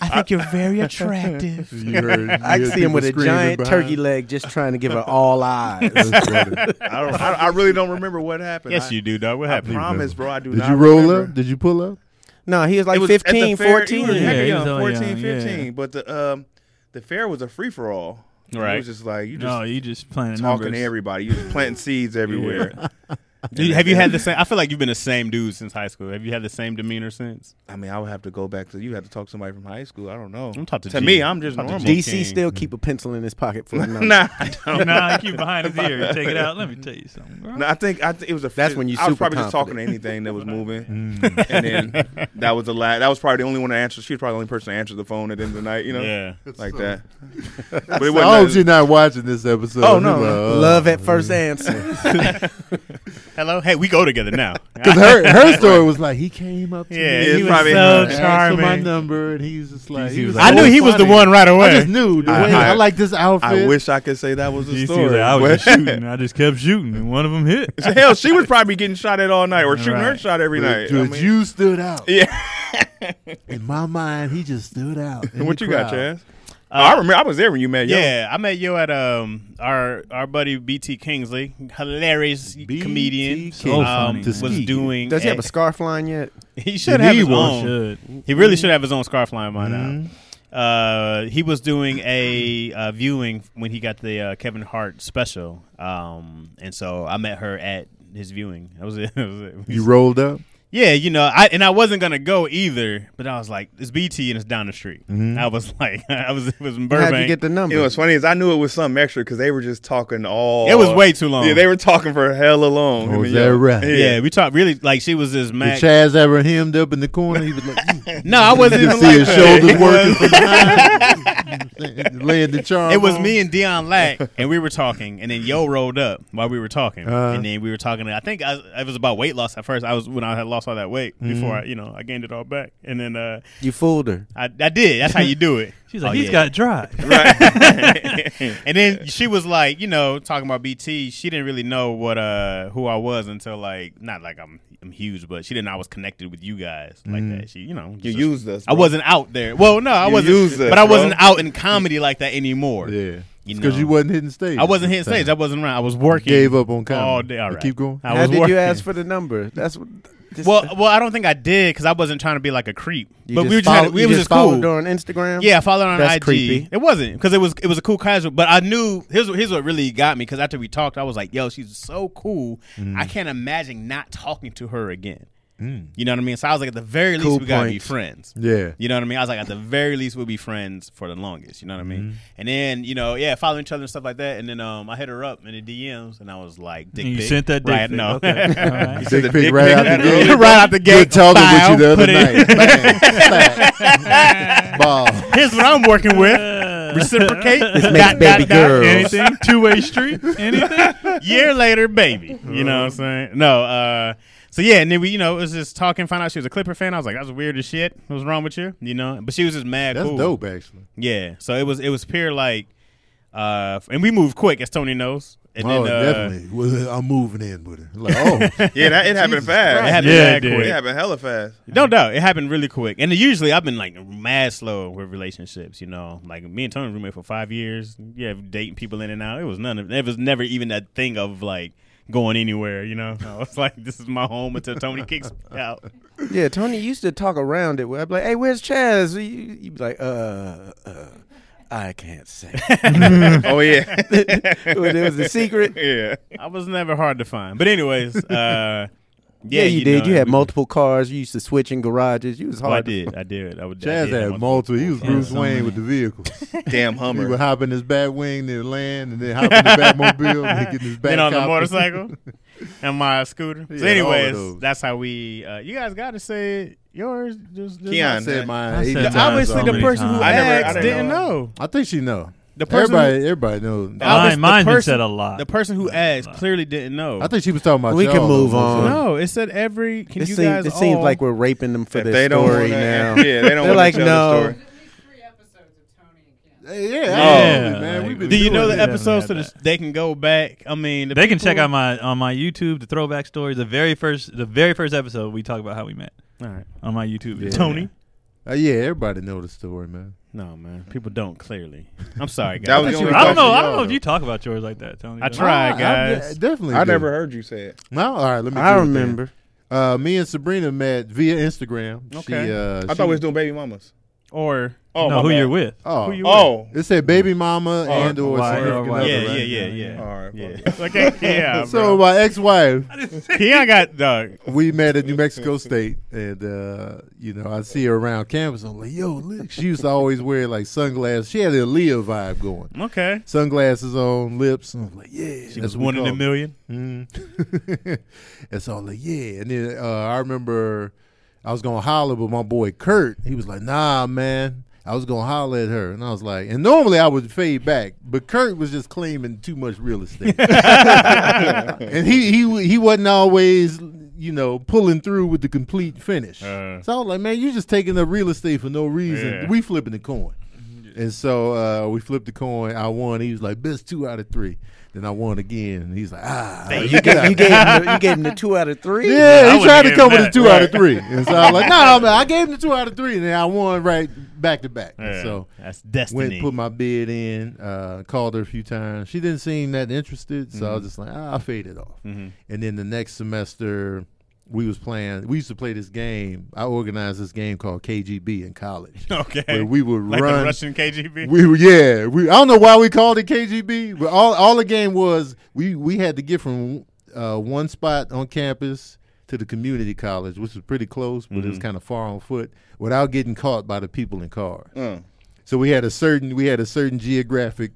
I think you're very attractive.
You heard- you
I
heard
see him
people
with a
screaming
giant
behind.
turkey leg just trying to give her all eyes.
That's funny.
I don't. I, I really don't remember what happened.
yes,
I,
you do, dog. What
I
happened?
promise, bro. I do
Did
not
you roll
remember.
up? Did you pull up?
no, he was
It
like
was at the
15,
fair- he was
14.
Yeah,
heck
he
young,
was all
14,
young, yeah.
15. But the um, the fair was a free for all. It
Right.
was just like you just
No, you just playing
talking to
numbers.
everybody. You just planting seeds everywhere.
Do you- have you had the same? I feel like you've been the same dude since high school. Have you had the same demeanor since?
I mean, I would have to go back to you. Have to talk to somebody from high school. I don't know.
I'm talking to
to
G.
me. I'm just
Talk to
normal.
G.
DC
King.
still keep a pencil in his pocket for a number.
nah, I don't.
nah, I keep behind his ear. Take it out. Let me tell you something, bro.
No, I think I th- it was a.
That's when you
I was
super
probably just talking to
confident.
anything that was moving, and then that was the last. That was probably the only one to answer. She was probably the only person to answer the phone at the end of the night. You know,
Yeah.
like
So-
that. but it
I hope you're
wasn't.
not watching this episode. uh,
Oh, no.
Love at first answer.
Hello. Hey, we go together now.
Because her, her story was like, he came up to
Yeah,
me.
he
and
was
probably-
asked
so
for my
charming.
number, and he's just like, he was
I
like,
knew
"Oh,
he was the
funny."
one right
I
away.
just knew. The
I-
way,
I-
I, like this outfit.
I wish I could say that was the
You see,
story.
like, I was just shooting. I just kept shooting, and one of them hit.
Hell, she was probably getting shot at all night or shooting her
Right.
shot every night.
But you stood out.
yeah.
In my mind, he just stood out. in
what
the
you got,
crowd.
Chaz? Oh, I remember I was there when you met. Yo.
Yeah, I met you at um our our buddy BT Kingsley, hilarious
BT King.
comedian.
Oh,
So
um,
funny.
was
Tuskegee.
doing.
Does he have
a-
a scarf line yet?
he should have his own.
Should.
He really should have his own scarf line by
Mm-hmm.
now. Uh, he was doing a uh, viewing when he got the uh, Kevin Hart special, um, and so I met her at his viewing. That was it. That was it.
You rolled up.
yeah, you know, I and I wasn't gonna go either, but I was like, it's BT and it's down the street. I was like, I was it was in Burbank.
Mm-hmm. How'd you get the number?
You know what's funny is I knew it was something extra because they were just talking all.
it
Oh.
was way too long.
Yeah, they were talking for hella long.
Oh,
him and
is that
Yo.
right?
Yeah, we talked really like she was this
If
Mac.
Chaz ever hemmed up in the corner, he was like, "Mm."
No, I wasn't
you
even
could see
like
his
that.
shoulders
It
working
was-
from behind. Laying the charm.
It was
on.
me and Dion Lack, and we were talking, and then Yo rolled up while we were talking,
Uh.
and then we were talking. I think I, it was about weight loss at first. I was when I had lost all that weight
Mm-hmm.
before I, you know, I gained it all back, and then uh,
you fooled her.
I, I did. That's how you do it.
She's like,
Oh,
he's
yeah.
got drive.
and then she was like, you know, talking about BT. She didn't really know what uh who I was until like not like I'm I'm huge, but she didn't know I was connected with you guys like
Mm-hmm.
that. She, you know,
You
just-
used us.
I
bro.
wasn't out there. Well, no, I
You
wasn't,
used us,
but I
bro.
wasn't out in comedy like that anymore.
Yeah.
You
Because
know.
you wasn't hitting stage.
I wasn't hitting
at the
stage. I
time.
wasn't around. I was working.
Gave up on comedy.
all day. All
You
right,
keep going.
I
How
was
did
working.
you ask for the number? That's what. Just,
Well, well, I don't think I did because I wasn't trying to be like a creep.
you
but
just
we were just,
followed,
had- we
you
was
just
just
followed
cool.
her on Instagram.
Yeah, I followed her on
That's
IG.
creepy.
It wasn't because it was it was a cool casual. But I knew here's what- here's what really got me because after we talked, I was like, "Yo, she's so cool.
Mm.
I can't imagine not talking to her again." You know what I mean? So I was like, at the very least,
Cool
we gotta be
point.
friends.
Yeah.
You know what I mean? I was like, at the very least, we'll be friends for the longest. You know what I mean?
Mm-hmm.
And then, you know, yeah, following each other and stuff like that. And then um, I hit her up in the DMs, and I was like, dick
And you
pic.
sent that dick
right?
pic.
No,
Okay. All right.
Said
Dick
the
pic right
pic
out the
that
gate.
early.
right out the gate.
Good talking
File,
with you the other
put it-
night. Bam, slap, Ball.
Here's what I'm working with: reciprocate. dot, dot,
baby
dot.
girls.
Anything? Two way street? Anything?
year later, baby. You know what
Mm-hmm.
I'm saying? No, uh so yeah, and then we, you know, it was just talking, found out she was a Clipper fan. I was like, that's weird as shit. What's wrong with you? You know? But she was just mad
That's
cool.
dope, actually.
Yeah. So it was it was pure like uh and we moved quick as Tony knows. And
oh,
then uh,
definitely. Well, I'm moving in with her. Like, oh,
Yeah, that, it happened
Jesus
fast.
It happened
Yeah,
mad
it did.
quick.
It happened hella fast.
No doubt, it happened really quick. And usually, I've been like mad slow with relationships. You know, like me and Tony were roommate for five years. Yeah, dating people in and out. It was none of. It was never even that thing of like going anywhere. You know, I was like, this is my home until Tony kicks me out.
Yeah, Tony used to talk around it. I'd be like, "Hey, where's Chaz?" You, you'd be like, "Uh, uh, I can't say."
oh yeah,
when it was a secret. Yeah,
yeah.
I was never hard to find. But anyways, uh, yeah,
you, did.
know,
you had
we-
multiple cars. You used to switch in garages. You was
Oh, I
hard.
did. I did. I would. I
Jazz
did have
had multiple. He was
Yeah,
Bruce
so
Wayne
many.
with the vehicles.
Damn
He would
Hummer.
hop in his back wing, then land, and then hop in the Batmobile, and then get in his back.
Then on the
copter.
motorcycle and my scooter.
Yeah, all
so,
of
anyways,
those.
that's how we. Uh, you guys got to say yours. Just, just
I
Keon.
said mine.
I said
80
mine.
times
Obviously, the
already.
person who
I never- I
asked
didn't
didn't know.
I think she know.
The person, Oh.
Everybody, everybody knows.
I was-
Mine,
the
mine's been
person-
said a lot.
the person who asked clearly didn't know.
I think she was talking about.
We
y'all,
can move
though,
on.
so-
no, it said every. Can
It,
you
seem-
guys?
it seems
all-
like we're raping them for
If
their
they don't
story
want
now.
that- yeah, they don't
They're
want
like,
to tell
no.
the story.
Hey, yeah, absolutely, man. We've been
Oh. Do you
doing
know the
it.
episodes so
that.
that they can go back? I mean, the
They can check
people-
out my on my YouTube the throwback stories. The very first the very first episode we talk about how we met
All right.
on my YouTube.
Yeah.
Tony,
Uh, yeah, everybody know the story, man.
No, man, people don't clearly. I'm sorry, guys.
That was the only
I don't know.
question
I
y'all
don't know if
know.
you talk about yours like that, Tony.
I try. Alright,
I- I-
guys.
yeah, definitely.
I
do.
never heard you say it.
No, all right. Let me.
I
do it then.
remember.
Uh, me and Sabrina met via Instagram.
Okay.
She, uh,
I
she-
thought we was doing baby mamas.
Or
Oh,
no,
my
who
bad.
you're with?
Oh,
Who you oh.
it said baby mama
Oh,
and or
wife or
significant
whatever,
other,
yeah,
right?
yeah, yeah,
All right.
yeah,
fuck.
yeah. okay, yeah.
So my ex-wife,
bro. Keon got dog.
we met at New Mexico State, and uh, you know I see her around campus. I'm like, yo, look, she used to always wear like sunglasses. She had the Aaliyah vibe going,
Okay,
sunglasses on, lips. And I'm like, yeah,
she was one in a million.
million. Mm. and so I'm like, yeah. And then uh, I remember I was gonna holler, but my boy Kurt, he was like, nah, man. I was gonna holler at her, and I was like, and normally I would fade back, but Kurt was just claiming too much real estate. and he he he wasn't always you know pulling through with the complete finish.
Uh.
so I was like, man, you just taking up real estate for no reason.
Yeah.
We flipping the coin. And so uh, we flipped the coin. I won. He was like, best two out of three. Then I won again. And he's like, ah,
You gave, you, gave him the, you gave him the two out of three.
yeah, he
wouldn't
tried to
give
come with
him
a
that.
two out of three. And so I was like, no, man, I gave him the two out of three. And then I won right back to back. And
Yeah.
So
That's
went
destiny.
put my bid in uh called her a few times she didn't seem that interested so
Mm-hmm.
i was just like ah, i faded off and then the next semester we was playing we used to play this game i organized this game called kgb in college
okay,
where we would
like the
run
Russian KGB.
we were- yeah we i don't know why we called it kgb but all all the game was we we had to get from uh one spot on campus to the community college which was pretty close but it was kind of far on foot without getting caught by the people in cars
Mm.
so we had a certain we had a certain geographic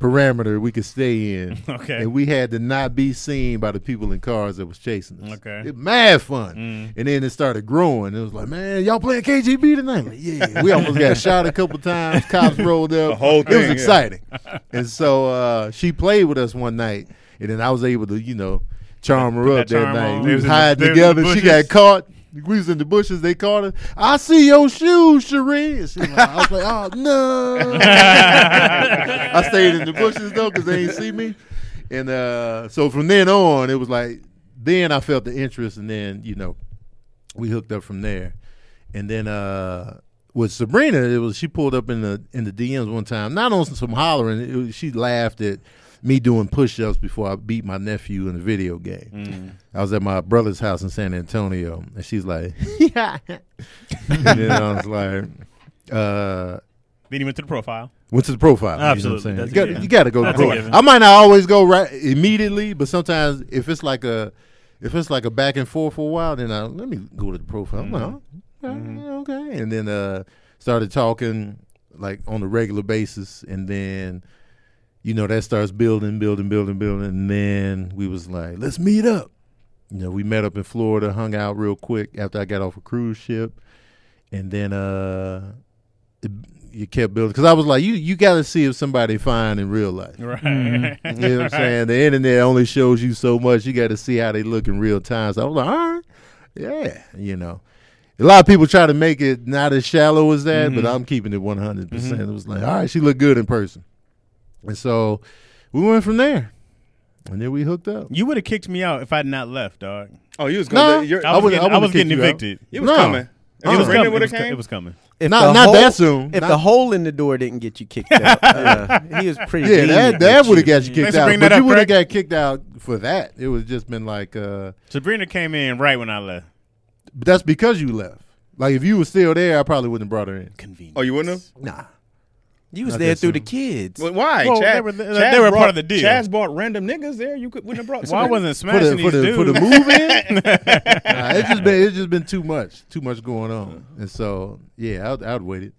parameter we could stay in.
Okay.
And we had to not be seen by the people in cars that was chasing us.
Okay. Mm.
It mad fun. And then it started growing. It was like, man, y'all playing KGB tonight? Like, yeah. We almost got shot a couple times. Cops rolled up.
The whole
It was
thing, yeah.
exciting. and so uh, she played with us one night, and then I was able to, you know, charm her
that
up that
charm
night.
on.
We was
They was in the-
hiding
they was in the
together. She got
bushes.
caught. We was in the bushes. They caught her. I see your shoes, Cherie. And she was like, I was like, oh no. I stayed in the bushes though because they ain't see me. And uh, so from then on, it was like then I felt the interest, and then you know we hooked up from there. And then uh, with Sabrina, it was she pulled up in the in the DMs one time, not on some hollering. It was, she laughed at me doing push-ups before I beat my nephew in a video game. I was at my brother's house in San Antonio, and she's like, "Yeah," and then I was like, uh.
Then he went to the profile.
Went to the profile.
Absolutely.
You, know what I'm saying?
That's a
you, gotta,
given.
you gotta go to the
That's a
profile.
given.
I might not always go right immediately, but sometimes if it's like a if it's like a back and forth for a while, then I let me go to the profile. I'm like,
Mm-hmm.
"Huh? okay, okay. And then uh started talking like on a regular basis and then you know, that starts building, building, building, building, and then we was like, Let's meet up. You know, we met up in Florida, hung out real quick after I got off a cruise ship, and then uh it, you kept building because I was like, you you got to see if somebody fine in real life.
Right.
You know what I'm saying? The internet only shows you so much. You got to see how they look in real time. So I was like, all right, yeah, you know. A lot of people try to make it not as shallow as that,
Mm-hmm.
but I'm keeping it 100. percent It was like, all right, she looked good in person, and so we went from there, and then we hooked up.
You would have kicked me out if I had not left, dog.
Oh, you was
Nah.
gonna. you're,
I was
wouldn't-
getting, I
wouldn't
was
kick
getting
you out.
evicted.
you was
No.
coming.
It
If
It was
Nah.
Sabrina
coming. It
would've
was,
came,
it was coming.
If
Not-
the
not
hole-
that soon.
If
Not-
the hole in the door didn't get you kicked out, uh, he was pretty.
Yeah,
mean
that
with
that would
you.
have got you
Thanks
kicked
for
out,
bringing
but
that
you
up,
would have
Craig.
got kicked out for that. It was just been like. uh
Sabrina came in right when I left.
But that's because you left. Like if you were still there, I probably wouldn't have brought her in.
Convenient.
Oh, you wouldn't have.
Nah.
You was
Not
there
that
through
soon.
the kids.
Well, why?
Well,
Chad,
they were- they
Chad
were part
brought-
of the deal.
Chaz brought random niggas there. You could wouldn't have brought.
Well, I
Sabrina.
wasn't
For
smashing
the for the,
these dudes.
for the move in? nah, it's just been it's just been too much. Too much going on. And so yeah, I'd I'd wait it.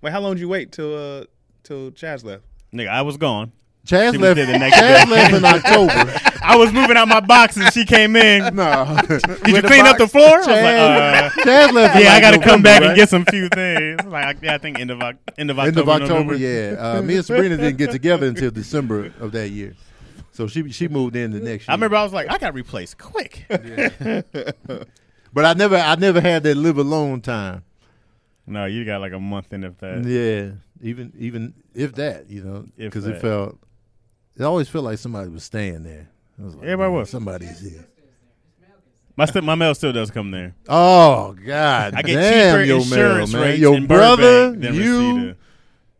Wait, how long did you wait till uh till Chaz left?
Nigga, I was gone.
Chaz
was
left
there the next
Chaz left in October.
I was moving out my box and she came in.
Nah.
Did you clean up the floor? I was like,
Chaz,
uh,
Chaz left in
yeah, I
like
got to
November,
come back
right?
and get some few things. Like, yeah, I think end of Oc- end of October.
End of October,
November.
yeah. Uh, me and Sabrina didn't get together until December of that year. So she she moved in the next year.
I remember I was like, I got replaced quick.
but I never I never had that live alone time.
no, you got like a month in if that.
Yeah, even even if that, you know,
If
because it
that.
felt it always felt like somebody was staying there. It was like,
Everybody
"Man,
was.
Somebody's here.
My st- my mail still does come there.
Oh God!
I get
damn
cheaper
your
insurance
mail, man.
rates
Your
in
brother,
Burbank than
you,
Reseda.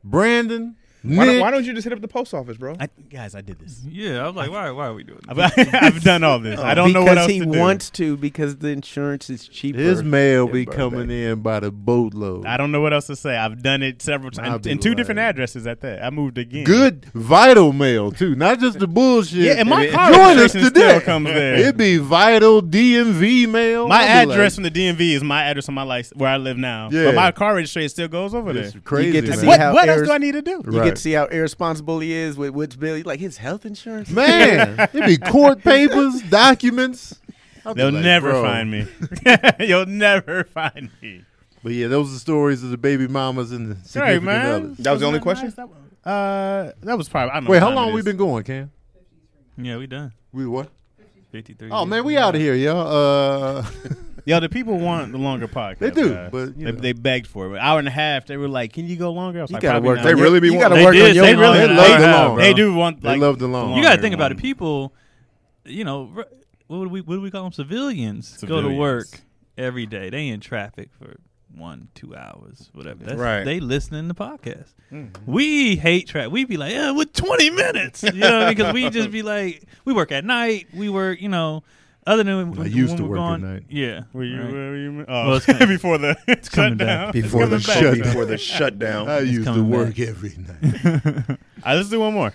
Brandon,
Why, don't,
Nick-
why don't you just hit up the post office, bro?
I, guys, I did this.
Yeah, I was like, why? Why are we doing
I've,
this?
I've done all this.
Oh,
I don't
because
know what else
he
to do.
wants to because the insurance is cheaper.
His mail be
Birthday.
coming in by the boatload.
I don't know what else to say. I've done it several
I'll
times
be
in two
lying.
different addresses at that. I moved again.
Good vital mail too, not just the bullshit.
Yeah, and my
it,
car
join us
registration
today.
still comes there.
It be vital DMV mail.
My
I'll be
address
like,
from the DMV is my address on my license where I live now.
Yeah.
But my car registration still goes over there.
it's crazy.
You get to
man.
see
What,
how
what else
errors-
do I need to do?
You
Right.
get to see how irresponsible he is with which bill. Like his health insurance.
Man, it be court papers, documents. I'll be
They'll
like,
never
bro.
find me. You'll never find me.
But yeah, those are the stories of the baby mamas and the
Right,
significant
man.
others.
That was the only
Wasn't
question?
that nice? That, uh, that was probably. I don't know
Wait,
what
how
time
long
it
we
is.
been going, Cam?
yeah, we done.
We what?
Fifty three.
Oh man, we out of here, y'all. Uh,
Yo, the people want the longer podcast.
They do,
guys.
but, you know.
they, they begged for it. An hour and a half. They were like, "Can you go longer?" I was
You
like,
gotta
"Probably
work.
not."
They
on your-
really be
You gotta
wanting-
work
They
on
did.
your.
They really.
They
They,
love the long,
they
bro.
do want.
They
Like,
love the long.
You got to think about
one.
it. People, you know, r- what would we what do we call them? Civilians, go to
Civilians.
work every day. They in traffic for one, two hours, whatever. That's,
Right.
They listening to podcasts.
Mm-hmm.
We hate traffic. We be like, yeah, with twenty minutes. You know, because we just be like, we work at night. We work, you know. Other than when,
I used
when
to
we're
work at
gone-
night. uh,
Yeah,
Were you?
right.
Were you
Well,
oh,
it's coming-
before the it's
coming
shutdown.
back.
Before the
It's coming
shut-
back.
Before the shutdown.
I used to
coming
work
back.
every night.
All right, let's do one more.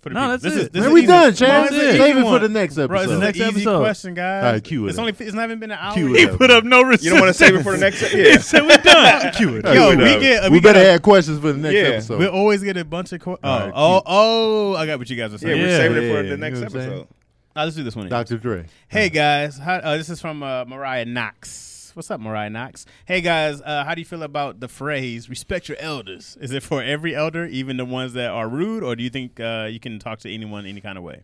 For the
No,
people.
that's
this
it.
is- this
man,
is
we
easy.
done,
No,
Chad.
this is an
Save
easy
it for
one.
the next
Bro, it's
episode.
an
Next
easy
episode.
question, guys.
All right, cue it
It's
up.
only. It's not even been an hour.
Cue it
He
up.
put up no
You don't want to save it for the next. e-, Yeah.
So we done. Cue it. Yo,
Cue it
we
up.
get.
we better
get a-
add questions for the next
Yeah.
episode.
We always get a bunch of. Que- oh,
Alright,
oh, oh! I got what you guys are
Yeah,
saying.
we're
Yeah,
saving it
yeah,
for
yeah.
the next
You know what I'm saying?
episode.
Alright, let's do this one. here.
Dr. Dre.
Hey guys, how, uh, this is from uh, Mariah Knox. What's up, Mariah Knox? Hey guys, uh, how do you feel about the phrase "respect your elders"? Is it for every elder, even the ones that are rude, or do you think uh, you can talk to anyone any kind of way?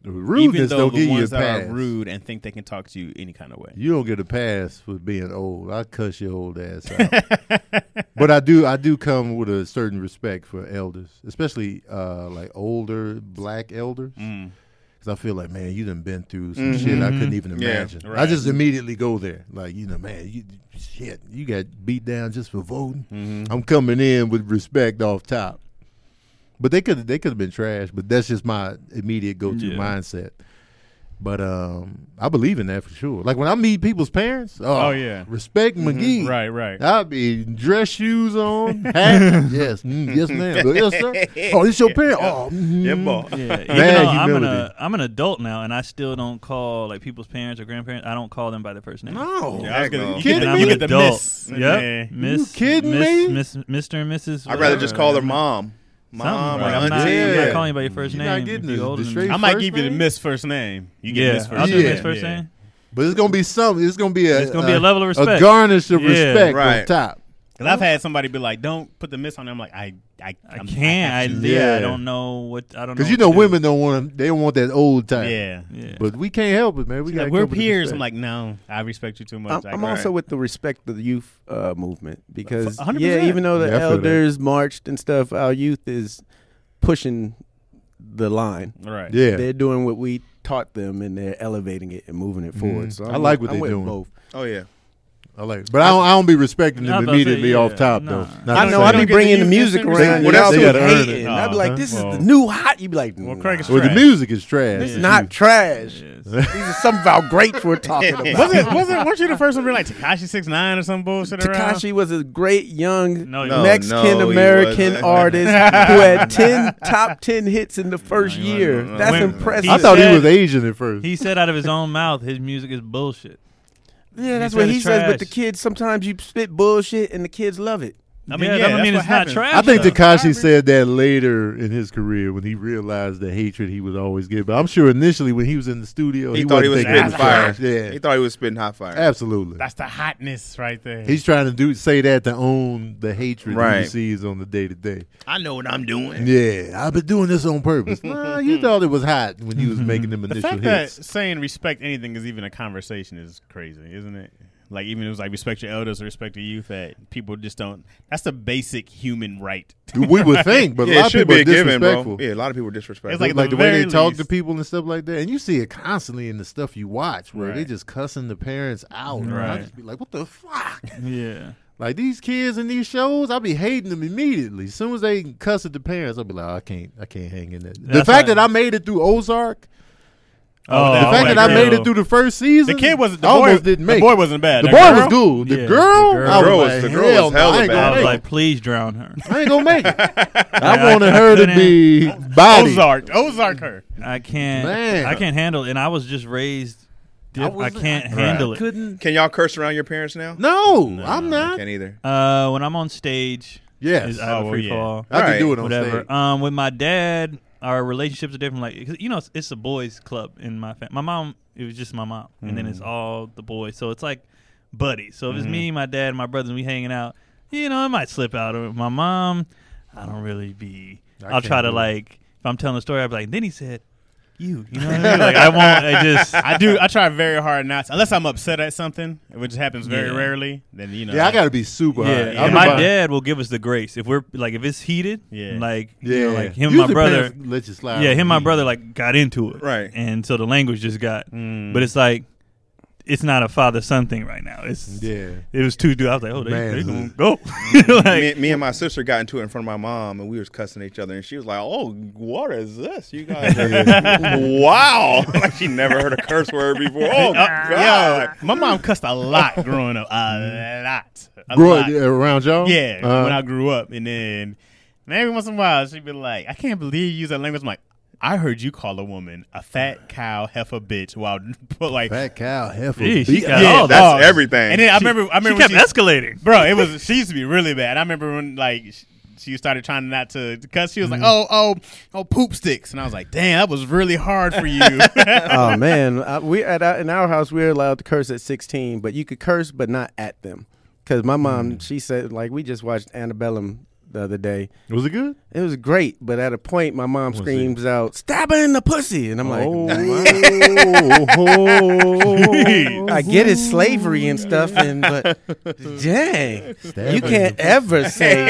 The Rudeness
even though
don't
the
give you a
ones that
pass.
are rude and think they can talk to you any kind of way.
You don't get a pass for being old. I cuss your old ass out. but I do I do come with a certain respect for elders, especially uh, like older black elders.
Mm. Mm-hmm.
Cause I feel like, man, you done been through some shit I couldn't even
Yeah,
imagine. I
right.
just immediately go there, like you know, man, you shit, you got beat down just for voting.
Mm-hmm.
I'm coming in with respect off top, but they could they could have been trash. But that's just my immediate go to
Yeah.
mindset. But um, I believe in that for sure. Like when I meet people's parents, oh,
Oh, yeah.
respect McGee,
Right, right.
I'll be dress shoes on, hat. yes, mm, yes, ma'am. yes, sir. Oh, this your parent? Oh, mhm.
Yeah, boy.
Yeah, even
Mad
though I'm an, uh,
humility.
I'm an adult now, and I still don't call like people's parents or grandparents. I don't call them by their first name.
no.
Yeah, I was gonna-
Heck no.
Kidding
you get
and
the,
I'm
you
an
get the
adult.
miss.
Yep.
Yeah.
Miss,
kidding
miss,
me?
Miss, Mr. and Mrs.
I'd rather
whatever.
just call her mom. Mom
Something,
or
right? I'm, not,
auntie.
I'm not
Yeah.
calling you by your 1st
You're
name.
not
if
getting
you're
this-
older
this
than
straight
me.
I might
First
give you the
name?
miss first name. You get
Yeah,
miss
I'll
first.
do
name.
miss first
Yeah.
name.
But it's gonna be something. It's gonna be a.
It's gonna be a level of
A
respect.
garnish of
Yeah.
respect on
Right.
top.
Because I've had somebody be like, "Don't put the miss on." it." I'm like, I, I,
I
I'm-
can't. I,
have to.
yeah,
Yeah.
I don't know what. I don't know.
Because you
what
know,
to do.
women don't want. They don't want that old type.
yeah.
Yeah.
But we can't help it, man. We
She's
got.
like, we're peers. I'm like, no, I respect you too
I'm,
much. I
I'm
can't."
also with the respect of the youth uh, movement because
F- 100%.
yeah, even though the
Yeah, I feel that.
elders marched and stuff, our youth is pushing the line.
right.
yeah.
They're doing what we taught them, and they're elevating it and moving it forward. So
I
I'm
like
with-
what
I'm
they
with
doing.
Both.
Oh yeah.
I like, it. but I don't. I don't be respecting
I was
them
about to say,
immediately
yeah,
off top
nah.
though.
I
Not
I know
saying-
I
don't get
be
the
bringing the
youth
music
interest?
around.
They-
and
well,
y'all
they
be
gotta earn it.
hating.
Oh,
I'd be like,
huh?
"This
Well.
is the new hot." You'd be like,
Well, Craig is
"Nah,
Well, the
trash.
music is trash.
it's not trash.
Yes.
These are some of our greats we're talking about."
Was it? Was it? Weren't you the first one to be like Takashi six nine or some bullshit around?
Takashi was a great young
No,
No,
Mexican American
he wasn't.
artist who had 10 top 10 hits in the first
No, he
year.
wasn't.
That's
When-
impressive.
I thought he
said-
was Asian at first.
He said out of his own mouth, his music is bullshit.
yeah, that's
he
what
said
he
it's
says, but
trash.
the kids sometimes you spit bullshit and the kids love it.
I mean,
that-
yeah,
I mean,
that's
it's
what
not
happened.
trash.
I think
though.
Takashi said that later in his career when he realized the hatred he was always getting. But I'm sure initially when he was in the studio,
He, thought he
wasn't
was
thinking
spitting
it
fire.
trash. Yeah,
He thought he was spitting hot fire.
absolutely.
That's the hotness right there.
He's trying to do say that to own the hatred he
Right.
receives on the day to day.
I know what I'm doing.
Yeah, I've been doing this on purpose. nah, you thought it was hot when you was making them
the
initial
fact that
hits.
saying respect anything is even a conversation is crazy, isn't it? Like even it was like respect your elders or respect your youth. That people just don't. That's the basic human right.
we would think, but a
Yeah, it
lot of
should
people
be
are
a given,
disrespectful.
bro. Yeah, a lot of people are disrespectful.
It's
Like,
at
the,
the
way they
very
talk to
least-
people and stuff like that, and you see it constantly in the stuff you watch, where they
Right.
just cussing the parents out. Right. I
Right.
just be like, "What the fuck?"
Yeah.
Like these kids in these shows, I'll be hating them immediately. As soon as they cuss at the parents, I'll be like, oh, I can't, I can't hang in that. The
That's
fact
how-
that I made it through Ozark,
Oh,
the fact that I made it through the first season,
The kid wasn't. The
I
boy,
almost didn't
the
make.
boy
it.
wasn't bad.
The
girl-
boy was cool. The
Yeah, the
girl,
girl.
I
The girl
was,
was-
like,
the girl was
hell no,
hella
I ain't
bad.
gonna
I was
make
like,
it.
please drown her.
I ain't gonna make it. I
I
wanted her to
couldn't-
be body.
Ozark. Ozark her.
I can't.
Man.
I can't handle it. And I was just raised. diff- I,
wasn't-
can't handle it.
Couldn't.
Can y'all curse around your parents now?
No, I'm
I
not.
can't either.
Uh, when I'm on stage,
Yes,
is I have
Oh,
a
well,
free
yeah.
fall.
I
Alright,
can do it on
Whatever.
stage.
Um, with my dad, our relationships are different. Like, 'cause, you know, it's, it's a boys' club in my family. My mom, it was just my mom, and then it's
Mm.
all the boys. So it's like buddies. So if
Mm-hmm.
it's me, my dad, and my brothers, and we hanging out, you know, it might slip out. Or my mom, I don't really be.
I
I'll try
can't
to
do it.
like. If I'm telling a story, I'll be like. Then he said, "You." You know what I mean? Like I won't. I just.
I do. I try very hard not to, unless I'm upset at something, which happens very
Yeah.
rarely. Then you know.
Yeah, I gotta be super.
Yeah,
hot.
yeah.
I'm
and my
about-
dad will give us the grace if we're like if it's heated.
Yeah.
like
Yeah,
you know, like him, and my
Usually
brother.
parents Let you slide.
Yeah, him, and my
Mm.
brother like got into it.
Right.
and so the language just got.
Mm.
But it's like, it's not a father son thing right now. It's
Yeah,
It was two dudes. I was like, oh, they, they gonna
Manhood.
Mm.
go.
me,
like,
me and my sister got into it in front of my mom, and we was cussing each other, and she was like, "Oh, what is this? You guys, are- wow!" like she never heard a curse word before. Oh God!
Yeah, my mom cussed a lot growing up. A lot. A lot.
Growing around y'all.
Yeah,
Uh,
when I grew up, and then and every once in a while she'd be like, "I can't believe you use that language." I'm like, "I heard you call a woman a fat cow, heifer, bitch." While but like,
fat cow heifer.
Jeez, she
beat-
got
Yeah,
all
That's
that.
dogs.
everything.
and then I remember, I
Oh, She
remember,
kept
she-
escalating.
bro, it was she used to be really bad. I remember when like sh- she started trying not to cuss. She was like,
Mm-hmm.
"Oh, oh, oh, poop sticks," and I was like, "Damn, that was really hard for you."
oh man, I, we at our, in our house we were allowed to curse at 16, but you could curse but not at them. Cause my
Hmm.
mom, she said like we just watched Antebellum the other day.
Was it good?
It was great, but at a point my mom screams out, "Stab her in the pussy," and I'm like,
oh,
I get it's slavery and stuff, and but dang, you can't ever say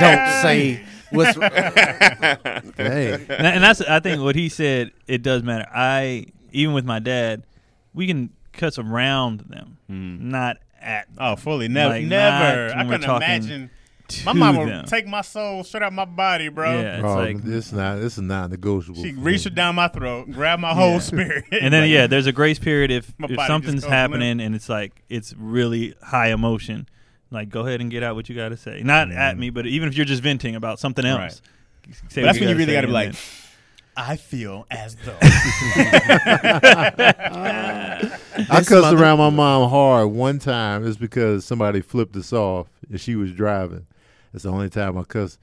don't say what's.
Dang.
and, and that's I think what he said. It does matter. I even with my dad, we can cuss around them,
Mm.
not at.
oh, fully, never,
Like,
never.
not
I
when we're
couldn't
talking
imagine.
to
My mom
them.
would take my soul straight out my body, bro.
Yeah, it's
Oh,
like,
this not this is not negotiable.
She reached it down my throat, grabbed my whole spirit,
and then yeah, there's a grace period if,
My
if
body
something's
just goes
happening and it's like it's really high emotion. Like go ahead and get out what you got to say. Not at me, but even if you're just venting about something else.
Mm-hmm. But
say what
that's when you really got
say
to be
and
like,
then-
I feel as though.
I
This
cussed
mother-
around my mom hard one time. It's because somebody flipped us off and she was driving. That's the only time I cussed.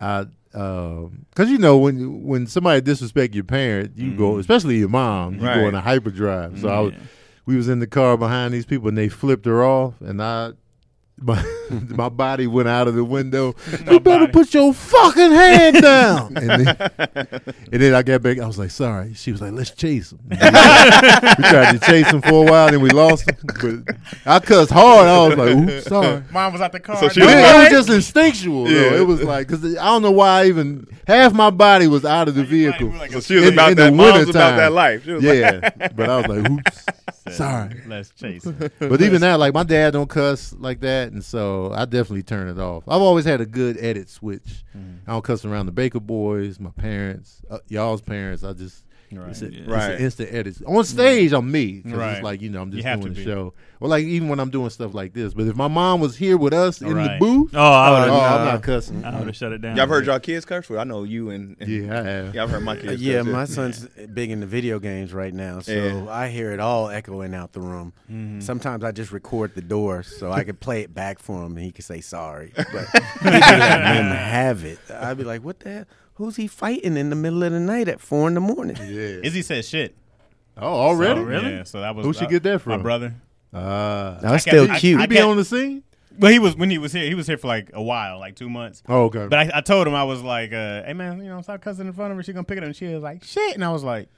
I because you know when when somebody disrespect your parent, you
Mm-hmm.
go especially your mom, you go
Right.
in a hyperdrive. So I was,
Yeah.
we was in the car behind these people and they flipped her off and I. My, my body went out of the window. you better put your fucking hand down. And then, and then I got back. I was like, sorry. She was like, let's chase him we tried to chase him for a while, then we lost him. But I cussed hard. I was like, "Oops, sorry."
Mom was out the car.
So she
It,
No,
was-
it was
Alright.
just instinctual.
Yeah.
Though. It was like because I don't know why I even half my body was out of the
we
vehicle.
were like,
So she was
In-
about
in the
that. Mom's
wintertime.
about that life. She was like,
Yeah, but I was like, "Oops, sorry."
Let's chase. him."
But even now, like my dad don't cuss like that, and so I definitely turn it off. I've always had a good edit switch.
Mm-hmm.
I don't cuss around the Baker Boys, my parents, uh, y'all's parents. I just It's, a, it's a
Right.
instant edits. On stage, I'm me. 'cause It's
Right.
like, you know, I'm
You
just
have
doing
to
the
be.
show. Or like even when I'm doing stuff like this. But if my mom was here with us in the
Right.
booth,
oh, I
oh,
would have.
I'm not cussing.
I would have shut it down.
Y'all heard y'all kids curse? Well, I know you and, and
Yeah, I have.
Y'all heard my kids.
Uh, yeah,
curse,
my son's uh, big into video games right now, so
Yeah.
I hear it all echoing out the room. Sometimes I just record the door so I could play it back for him and he could say sorry. But he would let him have it. I'd be like, what the hell? Who's he fighting in the middle of the night at four in the morning?
Yeah.
Izzy said shit.
Oh, already?
So, Yeah, so that was
Who she
uh,
get that
My
from?
brother.
Ah.
Now, it's
I
still
can't- I-
cute.
you
I
be
can't-
on the scene?
Well, he was when he was here. He was here for like a while, like two months.
Oh, okay.
But I, I told him I was like, uh, "Hey man, you know, stop cussing in front of her. She gonna pick it up." And she was like, "Shit," and I was like,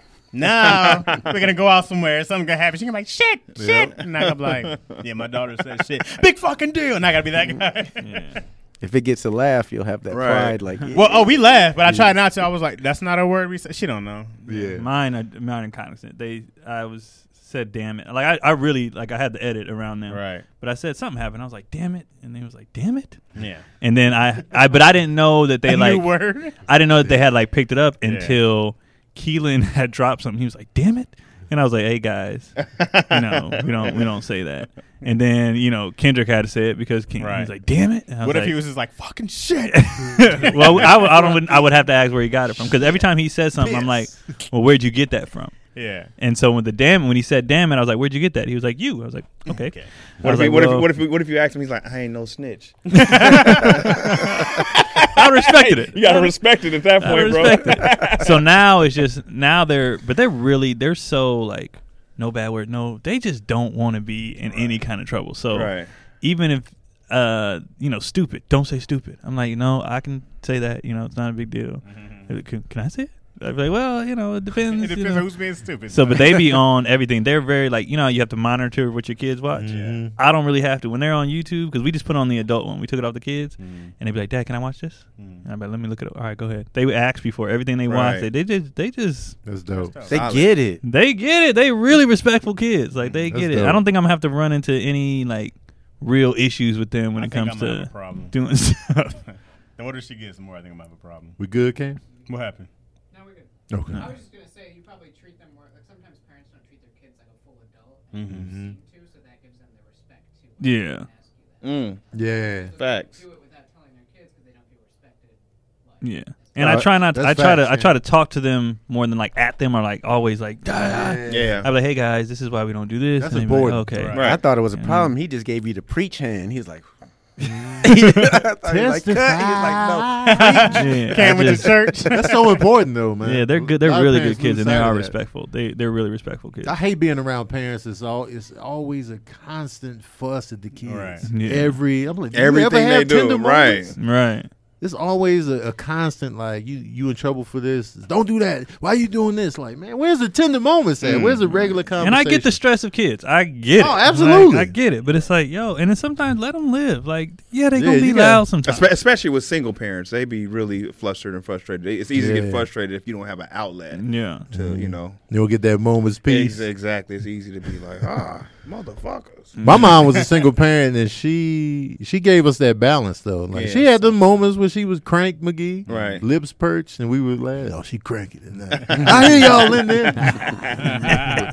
"No, we're gonna go out somewhere. Something gonna happen." She gonna be like, "Shit, shit," and I'm like, "Yeah, my daughter said shit. Big fucking deal." And I gotta be that guy.
If it gets a laugh, you'll have that
Right.
pride. Like, yeah.
Well, oh, we laughed, but I tried not to. I was like, "That's not a word." We said. She don't know.
Yeah.
Mine are mine are constant. They I was said damn it. Like I, I really like I had to edit around them.
Right.
But I said something happened. I was like, damn it. And they was like, damn it.
Yeah.
And then I, I but I didn't know that they
a
like
new word.
I didn't know that they had like picked it up until Keelan had dropped something. He was like, "Damn it!" And I was like, "Hey guys, you know we don't we don't say that." And then you know Kendrick had to say it because Keelan
Right.
was like, "Damn it!" And I
What if
like-
he was just like fucking shit?
well, I, would- I don't. I would have to ask where he got it from because every time he says something, I'm like, "Well, where'd you get that from?"
yeah.
And so when the damn when he said "damn it," I was like, "Where'd you get that?" He was like, "You." I was like, "Okay."
Okay.
I
What
was
if, he-
like,
what,
well-
if, what if what if you ask him? He's like, I ain't no snitch.
I respected it.
You gotta respect it at that
I
point, bro.
respect it. So now it's just now they're but they're really they're so like no bad word no they just don't want to be in any kind of trouble. So
Right.
even if uh you know stupid don't say stupid. I'm like no I can say that you know it's not a big deal. Can, can I say it? I'd be like well you know it depends.
Mm-hmm. It
you
depends
know.
on who's being stupid.
So, but they be on everything. They're very like you know how you have to monitor what your kids watch. I don't really have to when they're on YouTube because we just put on the adult one. We took it off the kids,
Mm.
and they be like, "Dad, can I watch this?"
Mm.
And I'm like, "Let me look at it." All right, go ahead. They would ask before everything they watch. They,
Right.
they just they just
That's dope.
they get it.
they get it. They really respectful kids. Like they
That's
get it.
dope.
I don't think I'm gonna have to run into any like real issues with them when
I
it
think
comes
I'm gonna have a
to
problem.
doing stuff.
The older she gets, the more I think I'm gonna have a problem.
We good, Cam?
What happened?
No, we're good.
Okay.
I was just gonna say you probably treat them more like sometimes parents don't treat their kids like a full adult and they
Mm-hmm.
Mm-hmm.
seem to, so that gives them the respect to when they
Yeah.
ask you that.
Mm,
Yeah.
So they
facts.
do it without telling their kids because they don't feel respected. Like,
Yeah. And I
Alright,
try not. To,
that's
I try to.
facts,
I
yeah.
try to talk to them more than like at them or like always like. "Dah, dah."
Yeah.
I'm like, hey guys, this is why we don't do this.
That's
And they'd be like,
important.
okay.
Right.
I thought it was a
Yeah.
problem. He just gave you the preach hand. He was like, I thought he was like, cut. He was like, no.
Yeah,
Came
I
with
just-
the church.
That's so important, though, man.
yeah, they're good.
A lot
They're
of
really good
parents
kids,
lose
and they
sight of
are
that.
respectful. They they're really respectful kids.
I hate being around parents. It's all it's always a constant fuss at the kids.
Right.
Yeah.
Every I'm like, do you ever
Everything they
have tender
do, right?
moments?
Right.
It's always a, a constant like you you in trouble for this. Don't do that. Why you doing this? Like, man, where's the tender moments at? Where's the regular
Mm. And
conversation?
I get the stress of kids. I get it.
Oh,
Like,
absolutely.
I get it. But it's like, yo, and then sometimes let them live. Like, yeah, they
Yeah,
gonna be
you
loud
gotta-
sometimes.
Espe- Especially with single parents, they be really flustered and frustrated. They- It's easy to
Yeah.
get frustrated if you don't have an outlet
yeah.
to, you know.
You'll get that moment's peace.
Ex- Exactly. It's easy to be like, ah, motherfuckers.
My mom was a single parent, and she she gave us that balance though. Like
Yeah.
she had the moments when she was crank McGee,
Right.
Lips perched, and we would laugh. Oh, she cranky tonight. I hear y'all in there.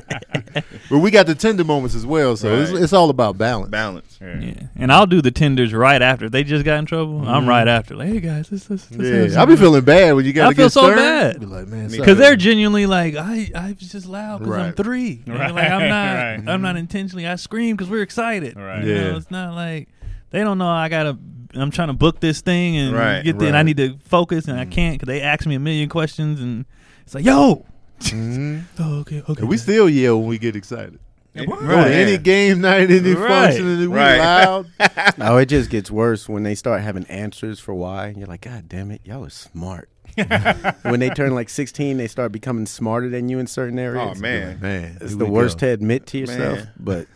but we got the tender moments as well, so it's,
Right.
it's all about balance.
Balance.
Yeah. And I'll do the tenders right after. If they just got in trouble, I'm right after. Like, hey guys, this this, this
Mm-hmm. Yeah, I be feeling bad when you got
I
to
feel
get
so
stern.
bad.
Be like, man,
because
because
they're genuinely like I I was just loud because I'm
Right.
three. And they're Like I'm not
Right.
I'm not intentionally I scream because we're excited.
Right.
You know,
Yeah.
it's not like they don't know I gotta I'm trying to book this thing and
Right,
get there and I
right.
need to focus and I can't because they ask me a million questions and it's like yo. oh okay okay.
and we still yell when we get excited. Go
Right.
to any game night, any
Right.
function, and we
Right.
loud.
Oh, it just gets worse when they start having answers for why. And you're like, God damn it, y'all are smart. when they turn like 16, they start becoming smarter than you in certain
Oh
areas.
man.
Man,
It's
here
the
we
worst
go.
to admit to yourself,
Man.
but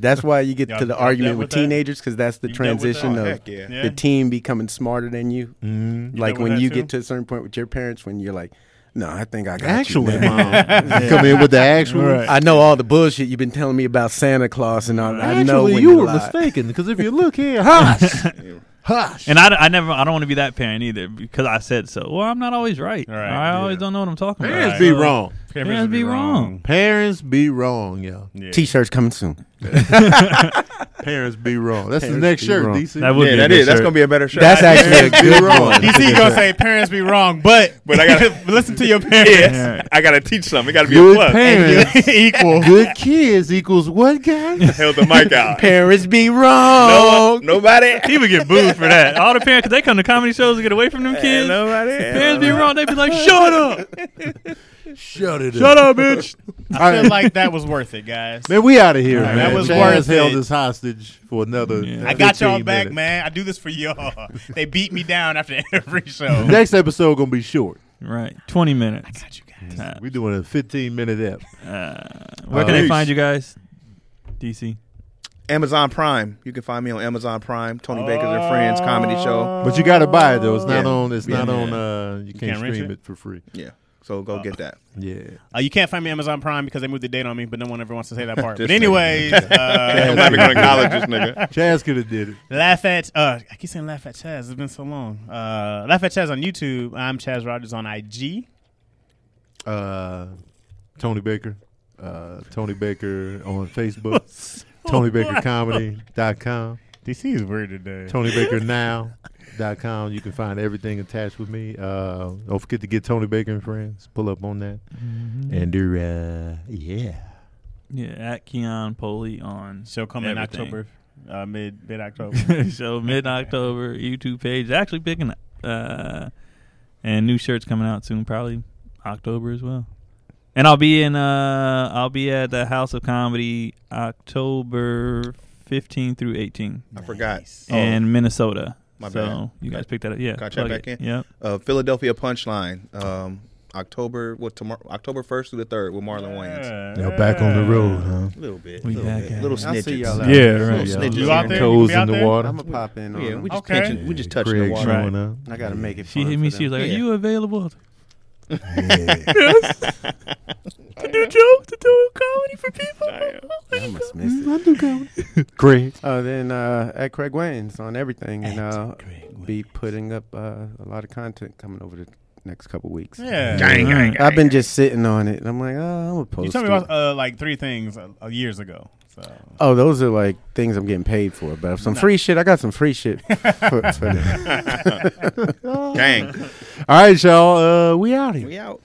that's why you get
Y'all-
to the
y'all
argument
dealt
with
with that?
teenagers because that's the
You dealt with that?
transition
Oh,
of
heck yeah.
Yeah. Mm-hmm.
the team becoming smarter than you.
Mhm.
Like
dealt with
when
that
you
too?
get to a certain point with your parents, when you're like, "No, I think I got you
Actually,
now."
mom, come in with the actual.
I know all the bullshit you've been telling me about Santa Claus and all. I know
Actually,
when
you
you
were
lie.
mistaken because if you look here, hush, hush.
And I, I never I don't want to be that parent either because I said so. Well, I'm not always right.
Right,
I always don't know what I'm talking about.
parents be
So-
wrong.
Parents be wrong.
Parents be wrong, y'all.
T-shirts coming soon.
Parents be wrong. That's
Parents
the next
be
shirt,
wrong.
DC.
That would
yeah,
be a
that
good
is. That's
shirt.
gonna be a better shirt.
That's actually a good
wrong.
one.
You see, you gonna say parents be wrong, but
But I gotta
listen to your parents.
yes, I gotta teach something. It gotta be a
good
plus.
parents
Equal.
good kids equals what, guys? uh,
Held the mic out.
Parents be
No,
wrong.
nobody.
He would get booed for that. All the parents, 'cause they come to comedy shows and get away from them kids.
Nobody.
Parents be wrong. They be like, "Shut up,
Shut it
shut
up.
up, bitch."
I feel like that was worth it, guys.
Man, we out of here,
Alright,
man.
that was
Chaz
worth
held
it.
us hostage for another.
Yeah.
I got
15
y'all back,
minutes.
man. I do this for y'all. They beat me down after every show.
Next episode gonna be short.
Right, twenty minutes.
Got you guys.
Uh,
We're doing a 15 minute app.
where can
Uh,
they find you guys? DC.
Amazon Prime. You can find me on Amazon Prime. Tony Baker's and Friends comedy show.
But you got to buy it though. It's not
Yeah.
on. It's not
Yeah.
on. Uh, you can't,
can't rent
stream
it?
it. for free.
Yeah. So go get that.
Yeah.
Uh, you can't find me Amazon Prime because they moved the date on me, but no one ever wants to say that part.
Just
but anyways,
I'm
uh,
not even gonna acknowledge this nigga.
Chaz could have did it.
laugh at uh, I keep saying laugh at Chaz. It's been so long. Uh, laugh at Chaz on YouTube. I'm Chaz Rogers on IG.
Uh, Tony Baker. Uh, Tony Baker on Facebook. TonyBakerComedy.com.
DC is weird today.
TonyBakerNow.com. You can find everything attached with me. Uh, don't forget to get Tony Baker and Friends. Pull up on that. And uh, yeah.
Yeah, at Keon Poli on
She'll come
Everything.
in October, uh, mid mid October.
so mid October YouTube page actually picking uh and new shirts coming out soon, probably October as well. And I'll be in uh I'll be at the House of Comedy October 15 through 18
I forgot.
in Minnesota.
Oh. my
so
bad.
you guys picked that up. Yeah.
Can I check
plug
back
it.
in?
Yep.
Uh, Philadelphia Punchline. Um, October what tomorrow October first through the third with Marlon Wayans.
Y'all back on the road, huh?
A little bit.
We
little
back
bit.
at
little
it.
I'll
snitches.
see y'all out.
Yeah,
Little
right.
snitches
You out
here.
there?
Toes
You be
in
out
the
there?
water.
I'm gonna pop in. On
Yeah,
them.
we just
Okay.
pinching. We just touching the
Craig
water.
showing up.
I gotta make it.
She
fun
hit
for
me.
them.
She was like,
Yeah.
"Are you available?" to do jokes, to do comedy for people.
I must miss it.
Craig.
Oh, then uh, at Craig Wayne's on everything, and uh, be putting up uh, a lot of content coming over the next couple weeks.
Yeah.
Gang, gang,
I've been just sitting on it. and I'm like, oh, I'm gonna post.
You told me
it."
about uh, like three things uh, uh, years ago. So
oh, those are like things I'm getting paid for. But if some free shit, I got some free shit. for, for them.
gang.
All right, y'all. Uh, we out here.
We out.